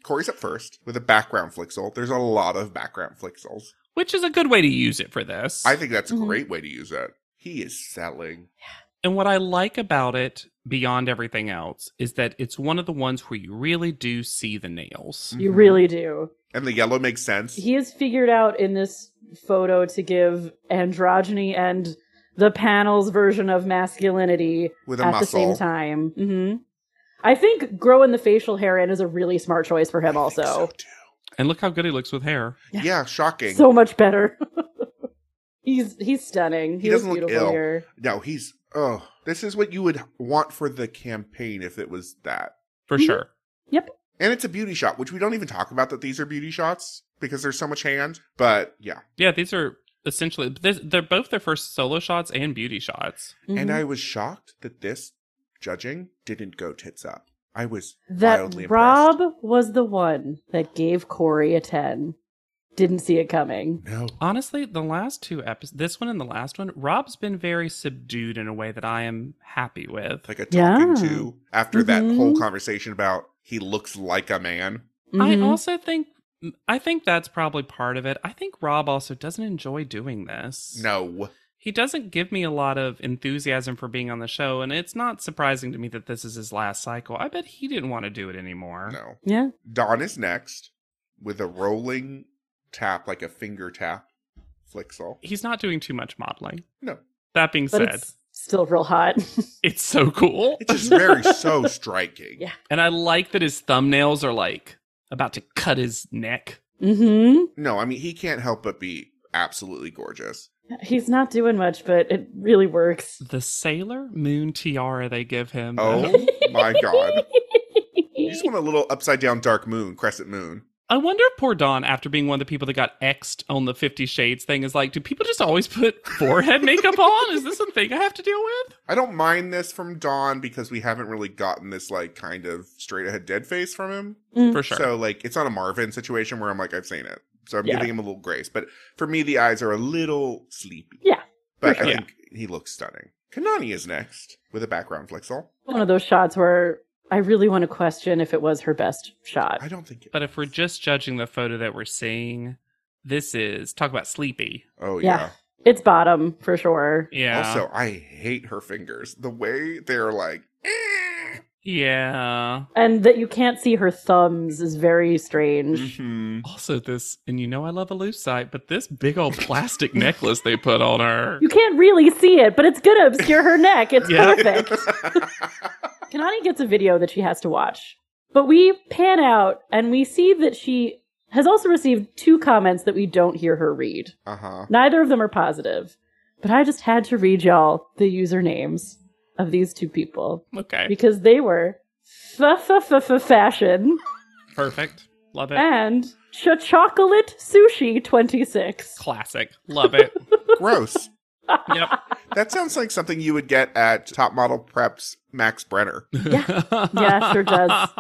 Speaker 1: Corey's up first with a background flixel. There's a lot of background flixels.
Speaker 2: which is a good way to use it for this.
Speaker 1: I think that's a
Speaker 3: Mhm.
Speaker 1: great way to use it. He is selling.
Speaker 2: and what I like about it beyond everything else is that it's one of the ones where you really do see the nails.
Speaker 1: Mm-hmm.
Speaker 3: You really do.
Speaker 1: And the yellow makes sense.
Speaker 3: He has figured out in this photo to give androgyny and the panel's version of masculinity
Speaker 1: with a
Speaker 3: at the same
Speaker 1: muscle.
Speaker 3: time. hmm I think growing the facial hair in is a really smart choice for him,
Speaker 1: I think
Speaker 3: also.
Speaker 1: so, too.
Speaker 2: And look how good he looks with hair.
Speaker 3: Yeah.
Speaker 1: Yeah, shocking.
Speaker 3: So much better. he's he's stunning. He,
Speaker 1: He
Speaker 3: has
Speaker 1: doesn't look
Speaker 3: beautiful
Speaker 1: ill.
Speaker 3: hair.
Speaker 1: no, he's oh, this is what you would want for the campaign if it was that.
Speaker 2: For
Speaker 3: Mhm.
Speaker 2: sure.
Speaker 1: And it's a beauty shot, which we don't even talk about that these are beauty shots because there's so much hand. But yeah,
Speaker 2: Yeah, these are essentially this, they're both their first solo shots and beauty shots.
Speaker 3: Mhm.
Speaker 1: and I was shocked that this judging didn't go tits up. I was wildly
Speaker 3: that Rob
Speaker 1: impressed.
Speaker 3: was the one that gave Corey a ten. Didn't see it coming.
Speaker 1: No,
Speaker 2: Honestly, the last two episodes, this one and the last one, Rob's been very subdued in a way that I am happy with.
Speaker 1: like a talking
Speaker 3: Yeah.
Speaker 1: to after that
Speaker 3: Mhm.
Speaker 1: whole conversation about he looks like a man.
Speaker 3: Mhm.
Speaker 2: I also think I think that's probably part of it. I think Rob also doesn't enjoy doing this.
Speaker 1: No,
Speaker 2: he doesn't give me a lot of enthusiasm for being on the show, and it's not surprising to me that this is his last cycle. I bet he didn't want to do it anymore.
Speaker 1: no.
Speaker 3: yeah.
Speaker 1: Dawn is next with a rolling tap, like a finger tap, flixel.
Speaker 2: He's not doing too much modeling.
Speaker 1: No.
Speaker 2: That being
Speaker 3: But
Speaker 2: said, it's,
Speaker 3: it's still real hot.
Speaker 2: so cool.
Speaker 1: It's just very so striking.
Speaker 3: Yeah.
Speaker 2: and I like that his thumbnails are like about to cut his neck.
Speaker 3: hmm
Speaker 1: No, I mean he can't help but be absolutely gorgeous.
Speaker 3: He's not doing much, but it really works.
Speaker 2: The Sailor Moon tiara they give him. though.
Speaker 1: Oh my god. You just want a little upside down dark moon, crescent moon.
Speaker 2: I wonder if poor Don, after being one of the people that got X'd on the Fifty Shades thing, is like, do people just always put forehead makeup on? Is this a thing I have to deal with?
Speaker 1: I don't mind this from Dawn because we haven't really gotten this like kind of straight ahead dead face from him.
Speaker 2: For sure.
Speaker 1: So like it's not a Marvin situation where I'm like, I've seen it. So I'm
Speaker 3: Yeah.
Speaker 1: giving him a little grace. But for me the eyes are a little sleepy.
Speaker 3: Yeah.
Speaker 1: But
Speaker 2: For
Speaker 1: I
Speaker 2: sure.
Speaker 1: think he looks stunning. Kanani is next with a background flixel.
Speaker 3: one of those shots where I really want to question if it was her best shot.
Speaker 1: I don't think it
Speaker 2: But if we're just judging the photo that we're seeing, this is talk about sleepy.
Speaker 1: Oh
Speaker 3: Yeah.
Speaker 1: yeah.
Speaker 3: It's bottom for sure.
Speaker 2: Yeah.
Speaker 1: Also, I hate her fingers. The way they're like "Eh."
Speaker 2: yeah.
Speaker 3: And that you can't see her thumbs is very
Speaker 2: Mm-hmm.
Speaker 3: strange.
Speaker 1: Mhm.
Speaker 2: Also, this, and you know I love a loose site, but this big old plastic necklace they put on her.
Speaker 3: You can't really see it, but it's gonna obscure her neck. It's
Speaker 2: Yeah.
Speaker 3: perfect. Kanani gets a video that she has to watch. But we pan out and we see that she has also received two comments that we don't hear her read.
Speaker 1: uh huh.
Speaker 3: Neither of them are positive. But I just had to read y'all the usernames of these two people
Speaker 2: Okay.
Speaker 3: because they were fashion
Speaker 2: Perfect. Love it.
Speaker 3: and ch chocolate sushi 26.
Speaker 2: Classic. Love it.
Speaker 1: Gross.
Speaker 2: yep.
Speaker 1: That sounds like something you would get at Top Model Preps Max Brenner.
Speaker 2: Yeah.
Speaker 3: Yeah, sure does.
Speaker 2: does.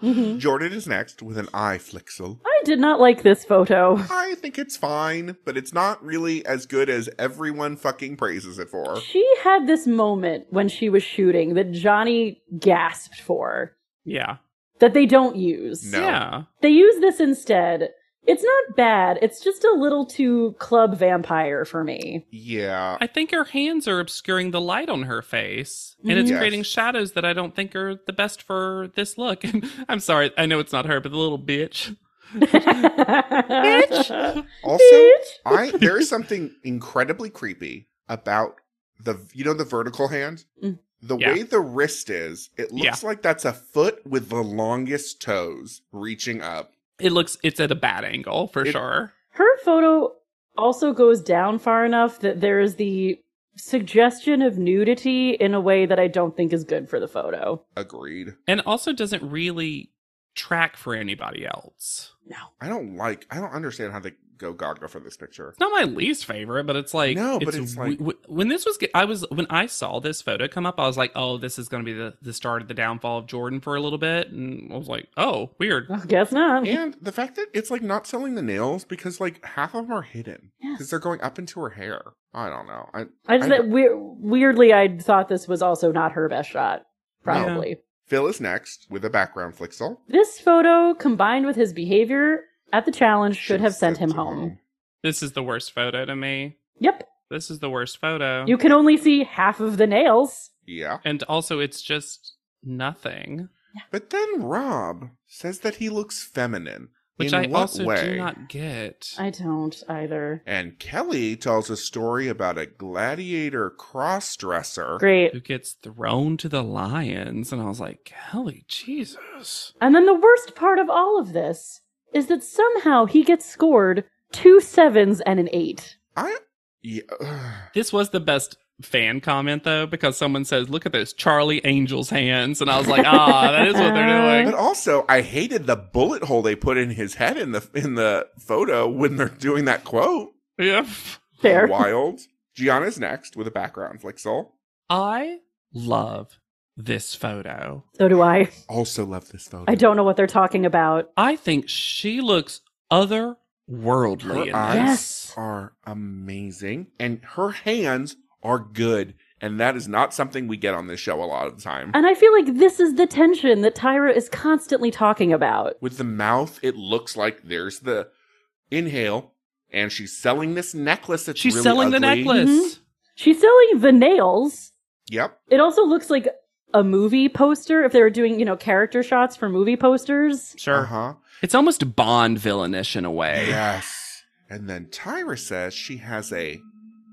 Speaker 3: Mhm.
Speaker 1: Jordan is next with an eye flixel.
Speaker 3: I did not like this photo.
Speaker 1: I think it's fine, but it's not really as good as everyone fucking praises it for.
Speaker 3: She had this moment when she was shooting that Johnny gasped for
Speaker 2: yeah.
Speaker 3: that they don't use.
Speaker 1: No.
Speaker 2: Yeah.
Speaker 3: They use this instead. It's not bad. It's just a little too club vampire for me.
Speaker 1: Yeah.
Speaker 2: I think her hands are obscuring the light on her face, and it's
Speaker 1: Mhm. Yes.
Speaker 2: creating shadows that I don't think are the best for this look. And I'm sorry, I know it's not her, but the little bitch.
Speaker 3: Bitch.
Speaker 1: Also, I there is something incredibly creepy about the you know the vertical hand?
Speaker 3: Mm.
Speaker 1: The
Speaker 2: Yeah.
Speaker 1: way the wrist is, it looks like that's a foot with the longest toes reaching up.
Speaker 2: It looks it's at a bad angle for
Speaker 1: It-
Speaker 2: sure.
Speaker 3: Her photo also goes down far enough that there is the suggestion of nudity in a way that I don't think is good for the photo.
Speaker 1: Agreed.
Speaker 2: And also doesn't really track for anybody else.
Speaker 1: I don't like I don't understand how they go Gaga for this picture.
Speaker 2: It's not my least favorite, but it's like
Speaker 1: No, but it's like-
Speaker 2: w- w- when this was ge- I was when I saw this photo come up, I was like, oh, this is going to be the the start of the downfall of Jordan for a little bit, and I was like, oh, weird.
Speaker 3: Well, guess not.
Speaker 1: And the fact that it's like not selling the nails because like half of them are hidden because they're going up into her hair. I don't know. I
Speaker 3: I just
Speaker 1: I-
Speaker 3: that we- weirdly I thought this was also not her best shot. Probably.
Speaker 1: Phil is next with a background flixel.
Speaker 3: This photo combined with his behavior at the challenge should have sent him home.
Speaker 2: This is the worst photo to me.
Speaker 3: Yep.
Speaker 2: This is the worst photo.
Speaker 3: You can only see half of the nails.
Speaker 1: Yeah,
Speaker 2: And also, it's just nothing,
Speaker 1: but then Rob says that he looks feminine,
Speaker 2: which
Speaker 1: In
Speaker 2: I
Speaker 1: what
Speaker 2: also
Speaker 1: way?
Speaker 2: do not get.
Speaker 3: I don't either.
Speaker 1: and Kelly tells a story about a gladiator crossdresser.
Speaker 3: Great.
Speaker 2: Who gets thrown to the lions? And I was like, Kelly, Jesus.
Speaker 3: And then the worst part of all of this is that somehow he gets scored two sevens and an eight.
Speaker 1: I yeah, ugh.
Speaker 2: This was the best fan comment, though, because someone says, Look at those Charlie Angel's hands. And I was like, Ah, that is what they're
Speaker 1: But
Speaker 2: doing.
Speaker 1: also, I hated the bullet hole they put in his head in the in the photo when they're doing that quote.
Speaker 2: Yeah.
Speaker 3: Fair.
Speaker 1: Wild. Gianna's next with a background flixel.
Speaker 2: I love this photo.
Speaker 3: So do I.
Speaker 1: Also love this photo.
Speaker 3: I don't know what they're talking about.
Speaker 2: I think she looks
Speaker 1: Her
Speaker 2: otherworldly. in
Speaker 1: eyes
Speaker 3: Yes.
Speaker 1: are amazing, and her hands are good, and that is not something we get on this show a lot of the time.
Speaker 3: And I feel like this is the tension that Tyra is constantly talking about.
Speaker 1: With the mouth, it looks like there's the inhale, and she's selling this necklace. That's
Speaker 2: She's
Speaker 1: really
Speaker 2: selling the
Speaker 1: ugly.
Speaker 2: necklace.
Speaker 3: Mhm. She's selling the nails.
Speaker 1: Yep,
Speaker 3: It also looks like a movie poster if they were doing, you know, character shots for movie posters.
Speaker 2: Sure.
Speaker 1: uh huh.
Speaker 2: It's almost Bond villainish in a way.
Speaker 1: Yes. And then Tyra says she has a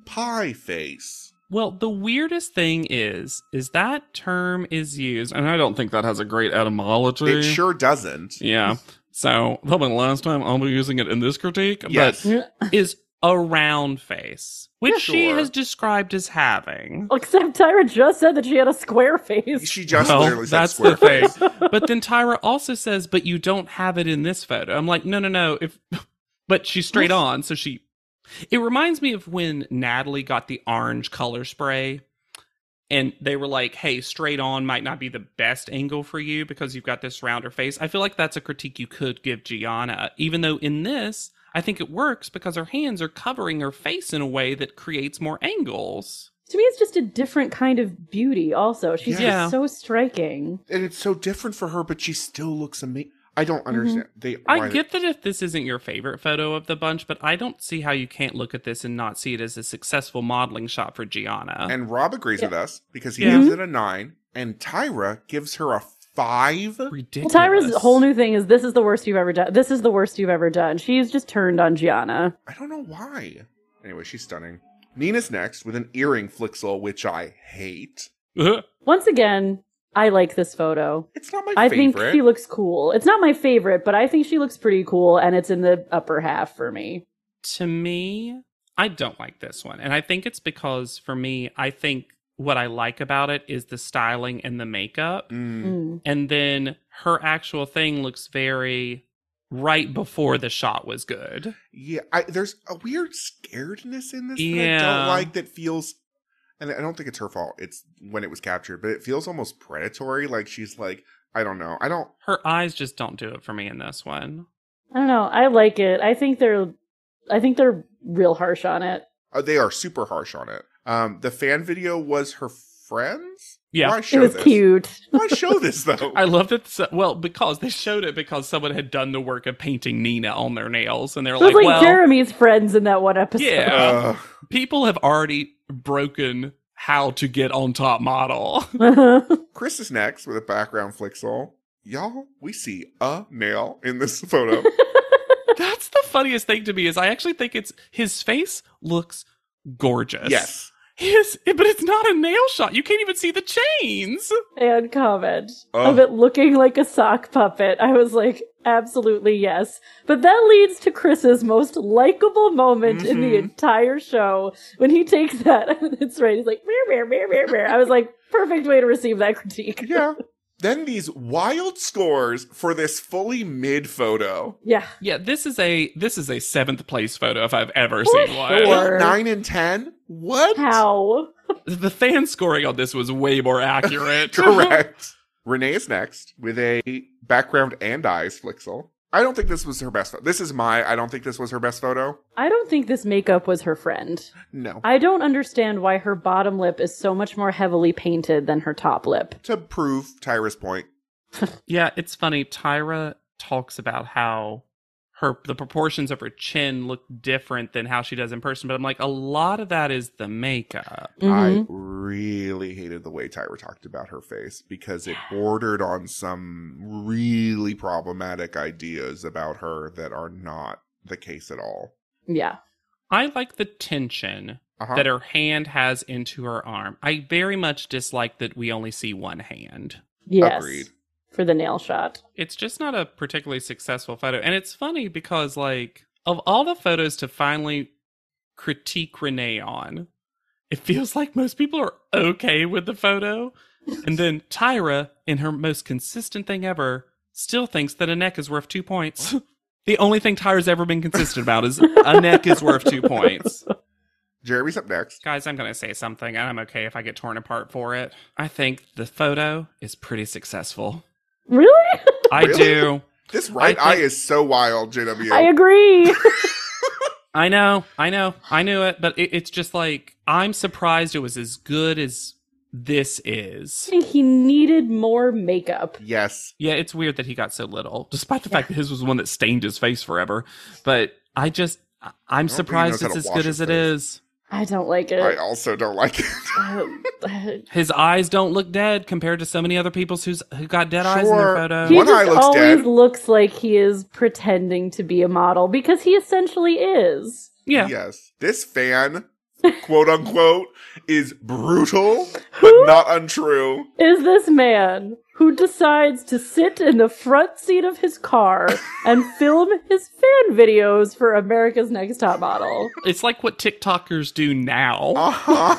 Speaker 1: pie face.
Speaker 2: Well, the weirdest thing is, is that term is used, and I don't think that has a great etymology.
Speaker 1: It sure doesn't.
Speaker 2: Yeah. So probably the last time I'll be using it in this critique,
Speaker 1: Yes.
Speaker 2: but is a round face, which she
Speaker 1: Sure.
Speaker 2: has described as having.
Speaker 3: Except Tyra just said that she had a square face.
Speaker 1: She just
Speaker 2: Well,
Speaker 1: literally said
Speaker 2: that's
Speaker 1: square
Speaker 2: the thing.
Speaker 1: face.
Speaker 2: But then Tyra also says, "But you don't have it in this photo." I'm like, "No, no, no." If, but she's straight on, so she. It reminds me of when Natalie got the orange color spray, and they were like, "Hey, straight on might not be the best angle for you because you've got this rounder face." I feel like that's a critique you could give Gianna, even though in this. I think it works because her hands are covering her face in a way that creates more angles.
Speaker 3: to me, it's just a different kind of beauty, also. She's
Speaker 2: Yeah.
Speaker 3: just so striking.
Speaker 1: And it's so different for her, but she still looks amazing. I don't understand. They,
Speaker 2: Mm-hmm. I
Speaker 1: why-
Speaker 2: get that if this isn't your favorite photo of the bunch, but I don't see how you can't look at this and not see it as a successful modeling shot for Gianna.
Speaker 1: And Rob agrees with us because he
Speaker 2: Yeah. Mm-hmm.
Speaker 1: gives it a nine, and Tyra gives her a five.
Speaker 2: Ridiculous.
Speaker 3: Well, Tyra's whole new thing is this is the worst you've ever done. This is the worst you've ever done. She's just turned on Gianna.
Speaker 1: I don't know why. Anyway, she's stunning. Nina's next with an earring flixel, which I hate.
Speaker 2: Ugh.
Speaker 3: Once again, I like this photo.
Speaker 1: It's not my
Speaker 3: I
Speaker 1: favorite.
Speaker 3: think she looks cool. It's not my favorite, but I think she looks pretty cool, and it's in the upper half for me.
Speaker 2: to me, I don't like this one. And I think it's because for me, I think what I like about it is the styling and the makeup.
Speaker 1: Mm.
Speaker 3: Mm.
Speaker 2: And then her actual thing looks very right before the shot was good.
Speaker 1: Yeah, I, there's a weird scaredness in this that I
Speaker 2: Yeah.
Speaker 1: don't like that feels, and I don't think it's her fault. It's when it was captured, but it feels almost predatory. Like she's like, I don't know. I don't.
Speaker 2: Her eyes just don't do it for me in this one.
Speaker 3: I don't know. I like it. I think they're, I think they're real harsh on it.
Speaker 1: Uh, they are super harsh on it. Um, the fan video was her friends.
Speaker 2: Yeah.
Speaker 1: Why show
Speaker 3: it was
Speaker 1: this?
Speaker 3: cute.
Speaker 1: Why show this though?
Speaker 2: I love that. so- Well, because they showed it because someone had done the work of painting Nina on their nails, and they're
Speaker 3: It was
Speaker 2: like,
Speaker 3: like
Speaker 2: "Well,
Speaker 3: Jeremy's friends in that one episode.
Speaker 2: Yeah.
Speaker 1: Uh,
Speaker 2: people have already broken how to get on top model."
Speaker 1: Chris is next with a background flick soul. Y'all, we see a nail in this photo.
Speaker 2: That's the funniest thing to me is I actually think it's his face looks gorgeous.
Speaker 1: yes.
Speaker 2: His, but it's not a nail shot. You can't even see the chains.
Speaker 3: and comment
Speaker 1: Oh.
Speaker 3: of it looking like a sock puppet. I was like, absolutely yes. But that leads to Chris's most likable moment in the
Speaker 2: Mm-hmm.
Speaker 1: Mhm.
Speaker 3: entire show when he takes that. That's right. He's like, "Meow, meow, meow, meow, meow." I was like, perfect way to receive that critique.
Speaker 1: Yeah. then these wild scores for this fully mid photo.
Speaker 3: Yeah.
Speaker 2: Yeah, this is a this is a seventh place photo if I've ever
Speaker 3: For
Speaker 2: seen one.
Speaker 3: sure. Or-
Speaker 1: Eight, nine, and ten. What?
Speaker 3: How?
Speaker 2: The fan scoring on this was way more accurate.
Speaker 1: Correct. Renee is next with a background and eyes flixel. I don't think this was her best photo. This is my. I don't think this was her best photo.
Speaker 3: I don't think this makeup was her friend.
Speaker 1: No.
Speaker 3: I don't understand why her bottom lip is so much more heavily painted than her top lip.
Speaker 1: to prove Tyra's point,
Speaker 2: Yeah, it's funny. Tyra talks about how her the proportions of her chin look different than how she does in person, but I'm like, a lot of that is the makeup.
Speaker 3: Mhm.
Speaker 1: I really hated the way Tyra talked about her face because it bordered on some really problematic ideas about her that are not the case at all.
Speaker 3: Yeah.
Speaker 2: I like the tension
Speaker 1: Uh-huh.
Speaker 2: that her hand has into her arm. I very much dislike that we only see one hand.
Speaker 3: Yes.
Speaker 1: Agreed.
Speaker 3: For the nail shot.
Speaker 2: It's just not a particularly successful photo. And it's funny because like of all the photos to finally critique Renee on, it feels like most people are okay with the photo. And then Tyra, in her most consistent thing ever, still thinks that a neck is worth two points. the only thing Tyra's ever been consistent about is a neck is worth two points.
Speaker 1: Jeremy's up next.
Speaker 2: Guys, I'm going to say something, and I'm okay if I get torn apart for it. I think the photo is pretty successful.
Speaker 3: Really?
Speaker 2: I
Speaker 1: Really?
Speaker 2: do.
Speaker 1: This right
Speaker 2: I
Speaker 1: eye
Speaker 2: think-
Speaker 1: is so wild, JW.
Speaker 3: I agree.
Speaker 2: I know. I know. I knew it, but it, it's just like I'm surprised it was as good as this is.
Speaker 3: I think he needed more makeup.
Speaker 1: yes.
Speaker 2: Yeah, it's weird that he got so little, despite the fact that his was one that stained his face forever. But I just, I- I'm
Speaker 1: knows
Speaker 2: surprised
Speaker 1: how to
Speaker 2: it's as
Speaker 1: wash
Speaker 2: good
Speaker 1: his
Speaker 2: as it
Speaker 1: face.
Speaker 2: is.
Speaker 3: I don't like
Speaker 1: I
Speaker 3: it. Uh,
Speaker 1: also don't like it.
Speaker 2: His eyes don't look dead compared to so many other people's who's who got dead eyes in
Speaker 1: Sure.
Speaker 2: their photo.
Speaker 3: he
Speaker 1: One
Speaker 3: just
Speaker 1: eye looks
Speaker 3: always
Speaker 1: dead.
Speaker 3: looks like he is pretending to be a model because he essentially is.
Speaker 2: yeah,
Speaker 1: Yes. This fan, quote unquote, is brutal, but
Speaker 3: Who
Speaker 1: not untrue.
Speaker 3: is this man who decides to sit in the front seat of his car and film his fan videos for America's Next Top Model?
Speaker 2: it's like what TikTokers do now.
Speaker 1: Uh-huh.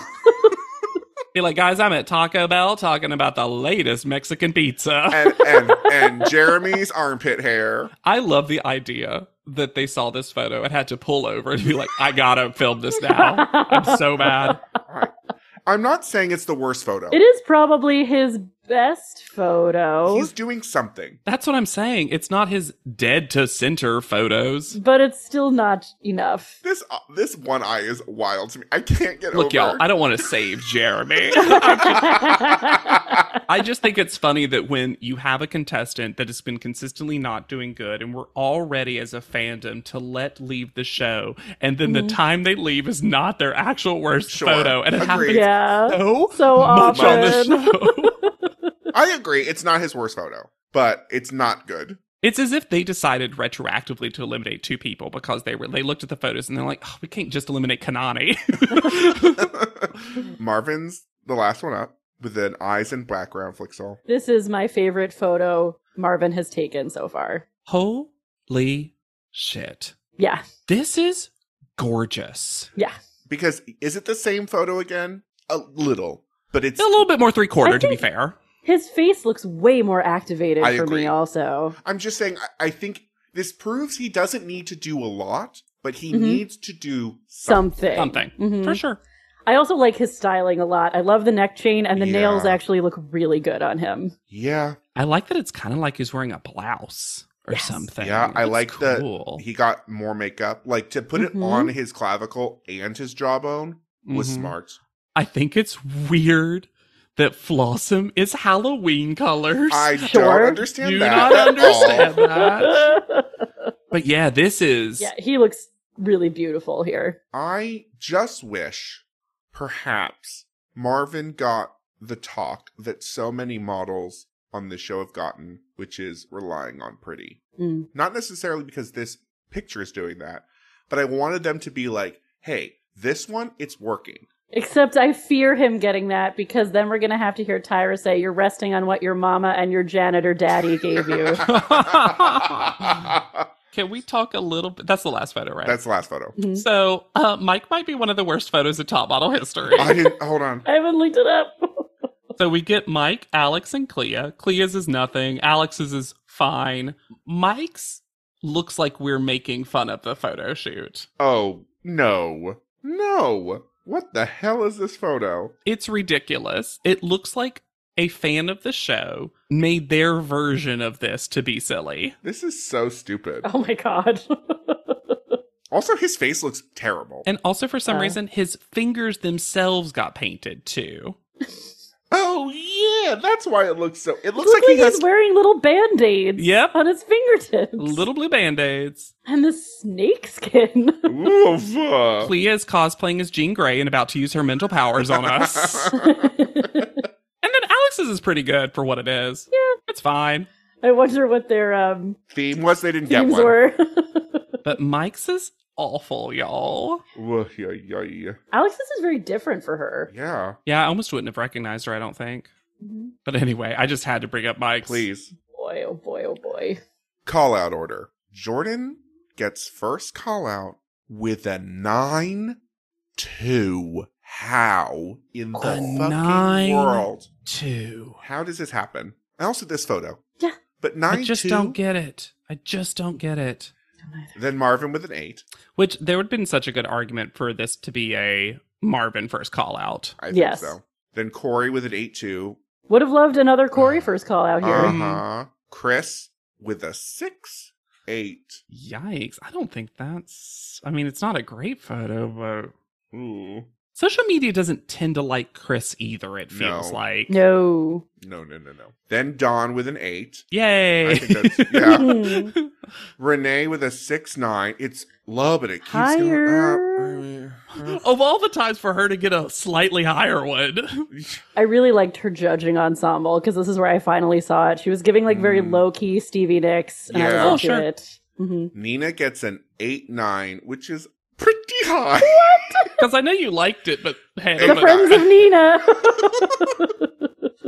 Speaker 2: Be like, guys, I'm at Taco Bell talking about the latest Mexican pizza.
Speaker 1: and, and and Jeremy's armpit hair.
Speaker 2: I love the idea that they saw this photo and had to pull over and be like, I gotta film this now. I'm so mad.
Speaker 1: I'm not saying it's the worst photo.
Speaker 3: It is probably his best photo,
Speaker 1: He's doing something.
Speaker 2: That's what I'm saying. It's not his dead to center photos.
Speaker 3: but it's still not enough.
Speaker 1: This uh, this one eye is wild to me. I can't get
Speaker 2: Look,
Speaker 1: over.
Speaker 2: y'all, I don't want to save Jeremy. I just think it's funny that when you have a contestant that has been consistently not doing good, and we're all ready as a fandom to let leave the show, and then
Speaker 3: Mhm.
Speaker 2: the time they leave is not their actual worst
Speaker 1: Sure.
Speaker 2: photo, and it happens
Speaker 1: Agreed.
Speaker 3: yeah.
Speaker 2: so
Speaker 3: so
Speaker 2: much on the
Speaker 3: often.
Speaker 2: show.
Speaker 1: I agree. It's not his worst photo, but it's not good.
Speaker 2: It's as if they decided retroactively to eliminate two people because they were they looked at the photos and they're like, oh, we can't just eliminate Kanani.
Speaker 1: Marvin's the last one up with an eyes and background flixel.
Speaker 3: This is my favorite photo Marvin has taken so far.
Speaker 2: Holy shit!
Speaker 3: Yeah.
Speaker 2: This is gorgeous.
Speaker 3: Yeah.
Speaker 1: Because is it the same photo again? A little, but it's
Speaker 2: A little bit more three quarter, to be
Speaker 3: think-
Speaker 2: fair.
Speaker 3: His face looks way more activated
Speaker 1: I
Speaker 3: for
Speaker 1: agree.
Speaker 3: me, also.
Speaker 1: I'm just saying, I, I think this proves he doesn't need to do a lot, but he
Speaker 3: Mhm.
Speaker 1: needs to do something.
Speaker 3: Something.
Speaker 2: Something.
Speaker 3: Mhm.
Speaker 2: For sure.
Speaker 3: I also like his styling a lot. I love the neck chain, and the
Speaker 1: Yeah.
Speaker 3: nails actually look really good on him.
Speaker 1: Yeah.
Speaker 2: I like that it's kind of like he's wearing a blouse or
Speaker 3: Yes.
Speaker 2: something.
Speaker 1: Yeah, I
Speaker 2: It's
Speaker 1: like that
Speaker 2: cool.
Speaker 1: He got more makeup. Like to put it
Speaker 3: Mhm.
Speaker 1: on his clavicle and his jawbone was
Speaker 2: Mhm.
Speaker 1: smart.
Speaker 2: I think it's weird that Flossom is Halloween colors.
Speaker 1: I
Speaker 3: Sure.
Speaker 1: don't understand
Speaker 2: Do
Speaker 1: that.
Speaker 2: not
Speaker 1: at
Speaker 2: understand
Speaker 1: all.
Speaker 2: that.
Speaker 3: yeah,
Speaker 2: But yeah, this is.
Speaker 3: he looks really beautiful here.
Speaker 1: I just wish perhaps Marvin got the talk that so many models on this show have gotten, which is relying on pretty.
Speaker 3: Mm.
Speaker 1: Not necessarily because this picture is doing that, but I wanted them to be like, hey, this one, it's working.
Speaker 3: Except I fear him getting that because then we're going to have to hear Tyra say, You're resting on what your mama and your janitor daddy gave you.
Speaker 1: That's
Speaker 2: Can we talk a little bit? That's the last photo, right?
Speaker 1: the last photo.
Speaker 3: Mhm.
Speaker 2: so uh, Mike might be one of the worst photos of top model history.
Speaker 1: I didn't hold on.
Speaker 3: I haven't looked it up.
Speaker 2: so we get Mike, Alex, and Clea. Clea's is nothing. Alex's is fine. Mike's looks like we're making fun of the photo shoot.
Speaker 1: Oh, no. No. What the hell is this photo?
Speaker 2: It's ridiculous. It looks like a fan of the show made their version of this to be silly.
Speaker 1: This is so stupid.
Speaker 3: Oh my God.
Speaker 1: Also, his face looks terrible.
Speaker 2: And also, for some
Speaker 3: Uh.
Speaker 2: reason, his fingers themselves got painted too.
Speaker 1: Oh yeah, that's why it looks so. It looks
Speaker 3: Looks
Speaker 1: like he has.
Speaker 3: he's wearing little band aids
Speaker 2: Yep.
Speaker 3: on his fingertips.
Speaker 2: Little blue band aids.
Speaker 3: And the snake skin.
Speaker 1: Oof. uh,
Speaker 2: Clea is cosplaying as Jean Grey and about to use her mental powers on us. and then Alex's is pretty good for what it is. Yeah. It's fine.
Speaker 3: I wonder what their um,
Speaker 1: Theme was they didn't get
Speaker 3: themes
Speaker 1: one.
Speaker 3: were.
Speaker 2: But Mike's is awful, y'all.
Speaker 1: Woo, yeah, yeah, yeah.
Speaker 3: Alex, this is very different for her.
Speaker 1: Yeah,
Speaker 2: Yeah, I almost wouldn't have recognized her, I don't think.
Speaker 3: Mhm.
Speaker 2: But anyway, I just had to bring up Mike's.
Speaker 1: please
Speaker 3: Boy, oh boy, oh boy.
Speaker 1: call out order. Jordan gets first call out with a nine two. How in the
Speaker 2: A
Speaker 1: fucking
Speaker 2: nine.
Speaker 1: world?
Speaker 2: Two.
Speaker 1: How does this happen? And also this photo.
Speaker 3: Yeah.
Speaker 1: but
Speaker 2: I
Speaker 1: nine
Speaker 2: just
Speaker 1: two.
Speaker 2: don't get it. I just don't get it.
Speaker 1: Then Marvin with an eight.
Speaker 2: Which there would have been such a good argument for this to be a Marvin first call out.
Speaker 1: I think
Speaker 3: Yes.
Speaker 1: so. Then Corey with an eight two.
Speaker 3: Would have loved another Corey first call out here.
Speaker 1: Uh
Speaker 2: Um,
Speaker 1: huh. Chris with a six eight.
Speaker 2: Yikes. I don't think that's I mean, it's not a great photo, but
Speaker 1: Ooh.
Speaker 2: social media doesn't tend to like Chris either, it feels
Speaker 1: No.
Speaker 2: like.
Speaker 3: no.
Speaker 1: No, no, no, no. Then Dawn with an eight.
Speaker 2: Yay.
Speaker 1: I think that's- yeah.
Speaker 3: Mhm.
Speaker 1: Renee with a six nine. It's low, but it keeps
Speaker 3: Higher.
Speaker 1: going up. I mean,
Speaker 2: of all the times for her to get a slightly higher one.
Speaker 3: I really liked her judging ensemble because this is where I finally saw it. She was giving like very
Speaker 1: Mm.
Speaker 3: low key Stevie Nicks, and I
Speaker 1: Yeah. Oh,
Speaker 3: loved
Speaker 2: sure.
Speaker 3: it. Mhm.
Speaker 1: Nina gets an eight nine, which is pretty high.
Speaker 2: Because I know you liked it, but hey,
Speaker 1: The
Speaker 3: The
Speaker 1: but-
Speaker 3: friends of Nina.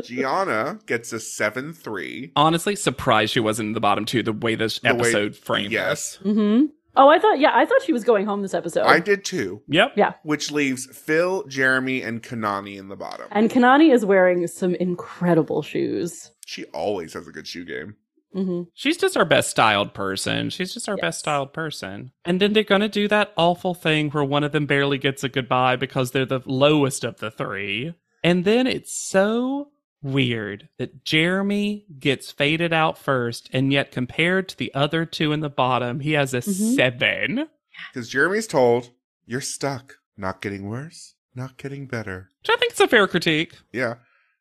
Speaker 1: Gianna gets a seven three.
Speaker 2: honestly surprised she wasn't in the bottom two the way this
Speaker 1: The way-
Speaker 2: episode framed
Speaker 1: yes.
Speaker 2: this.
Speaker 3: hmm Oh, I thought, yeah, I thought she was going home this episode.
Speaker 1: I did too,
Speaker 2: Yep.
Speaker 1: which leaves Phil, Jeremy, and Kanani in the bottom.
Speaker 3: and Kanani is wearing some incredible shoes.
Speaker 1: she always has a good shoe game.
Speaker 3: hmm
Speaker 2: She's just our best styled person. She's just our
Speaker 3: Yes.
Speaker 2: best styled person. And then they're going to do that awful thing where one of them barely gets a goodbye because they're the lowest of the three. And then it's so weird that Jeremy gets faded out first, and yet compared to the other two in the bottom, he has a
Speaker 3: Mhm.
Speaker 2: seven.
Speaker 1: Because Jeremy's told, you're stuck. Not getting worse, not getting better.
Speaker 2: Which I think is a fair critique.
Speaker 1: Yeah.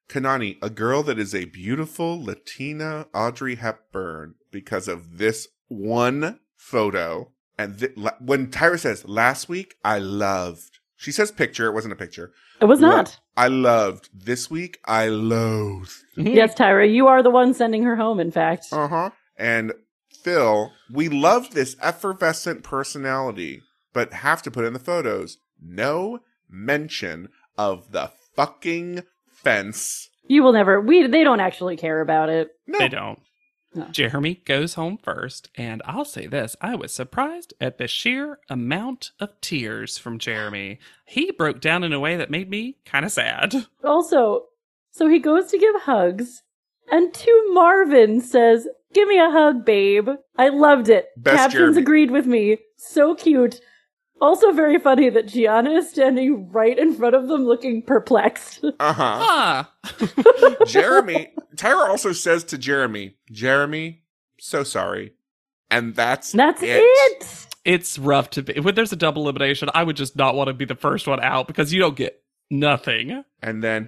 Speaker 1: Kanani, a girl that is a beautiful Latina Audrey Hepburn because of this one photo. And th- la- when Tyra says, last week, I loved. She says picture. It wasn't a picture.
Speaker 3: It was not.
Speaker 1: I loved. This week, I loathed.
Speaker 3: Yes, Tyra, you are the one sending her home, in fact.
Speaker 1: Uh huh. And Phil, we love this effervescent personality, but have to put in the photos no mention of the fucking fence.
Speaker 3: You will never. We they don't actually care about it.
Speaker 1: No,
Speaker 2: They don't.
Speaker 3: No.
Speaker 2: Jeremy goes home first, and I'll say this I was surprised at the sheer amount of tears from Jeremy. He broke down in a way that made me kind of sad.
Speaker 3: Also, so he goes to give hugs, and to Marvin says, Give me a hug, babe. I loved it.
Speaker 1: Best
Speaker 3: Captains
Speaker 1: Jeremy.
Speaker 3: agreed with me. So cute. Also, very funny that Gianna is standing right in front of them looking perplexed.
Speaker 1: Uh huh.
Speaker 2: Ah,
Speaker 1: Jeremy, Tyra also says to Jeremy, Jeremy, so sorry. And that's
Speaker 3: That's
Speaker 1: it.
Speaker 3: it.
Speaker 2: it's rough to be. When there's a double elimination, I would just not want to be the first one out because you don't get nothing.
Speaker 1: And then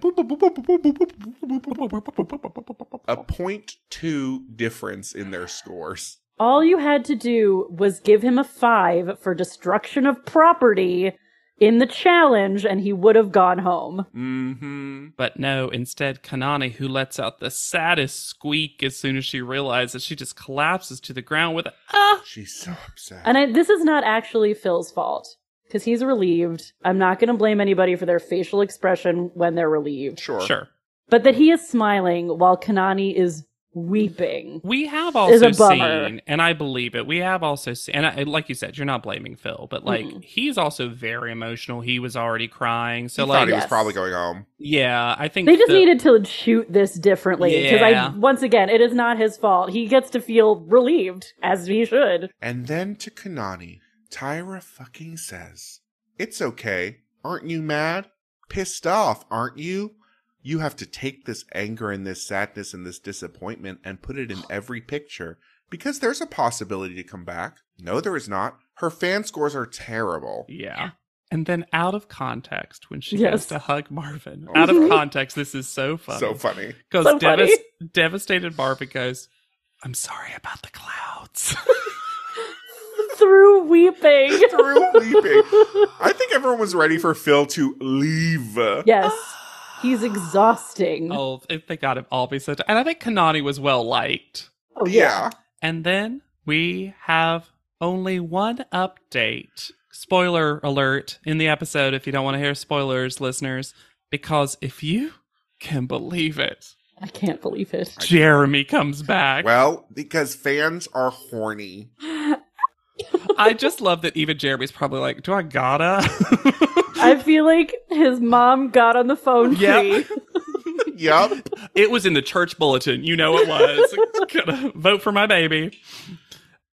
Speaker 1: a point two difference in their scores.
Speaker 3: All you had to do was give him a five for destruction of property in the challenge, and he would have gone home.
Speaker 1: Mm-hmm.
Speaker 2: But no, instead, Kanani, who lets out the saddest squeak as soon as she realizes, she just collapses to the ground with a, ah!
Speaker 1: She's so upset.
Speaker 3: And I, this is not actually Phil's fault because he's relieved. I'm not going to blame anybody for their facial expression when they're relieved.
Speaker 1: sure.
Speaker 2: Sure.
Speaker 3: But that he is smiling while Kanani is weeping.
Speaker 2: We have
Speaker 3: Is a
Speaker 2: also
Speaker 3: bummer.
Speaker 2: seen, and I believe it, we have also seen, and I, like you said, you're not blaming Phil, but like,
Speaker 3: Mm-mm.
Speaker 2: he's also very emotional. He was already crying. So,
Speaker 1: He thought
Speaker 2: like,
Speaker 1: he was
Speaker 3: Yes.
Speaker 1: probably going home.
Speaker 2: yeah, I think
Speaker 3: They just
Speaker 2: the-
Speaker 3: needed to shoot this differently because
Speaker 2: Yeah.
Speaker 3: I once again, it is not his fault. He gets to feel relieved as he should.
Speaker 1: And then to Kanani, Tyra fucking says, It's okay. Aren't you mad? Pissed off, aren't you? You have to take this anger and this sadness and this disappointment and put it in every picture because there's a possibility to come back. No, there is not. Her fan scores are terrible.
Speaker 2: Yeah. And then out of context, when she
Speaker 3: Yes.
Speaker 2: goes to hug Marvin,
Speaker 1: Oh.
Speaker 2: out of
Speaker 3: Mhm.
Speaker 2: context, this is so funny.
Speaker 1: So funny.
Speaker 2: Because
Speaker 3: So funny.
Speaker 2: devastated Marvin goes, I'm sorry about the clouds.
Speaker 3: Through weeping.
Speaker 1: Through weeping. I think everyone was ready for Phil to leave.
Speaker 3: yes. He's exhausting.
Speaker 2: oh, if they got him all be so. And I think Kanani was well liked.
Speaker 3: Oh,
Speaker 1: yeah.
Speaker 2: And then we have only one update. Spoiler alert in the episode if you don't want to hear spoilers, listeners, because if you can believe it,
Speaker 3: I can't believe it.
Speaker 2: Jeremy comes back.
Speaker 1: Well, because fans are horny.
Speaker 2: I just love that even Jeremy's probably like, do I gotta?
Speaker 3: I feel like his mom got on the phone
Speaker 2: Yep.
Speaker 3: tree.
Speaker 1: Yup.
Speaker 2: It was in the church bulletin. You know it was. Gonna Vote for my baby.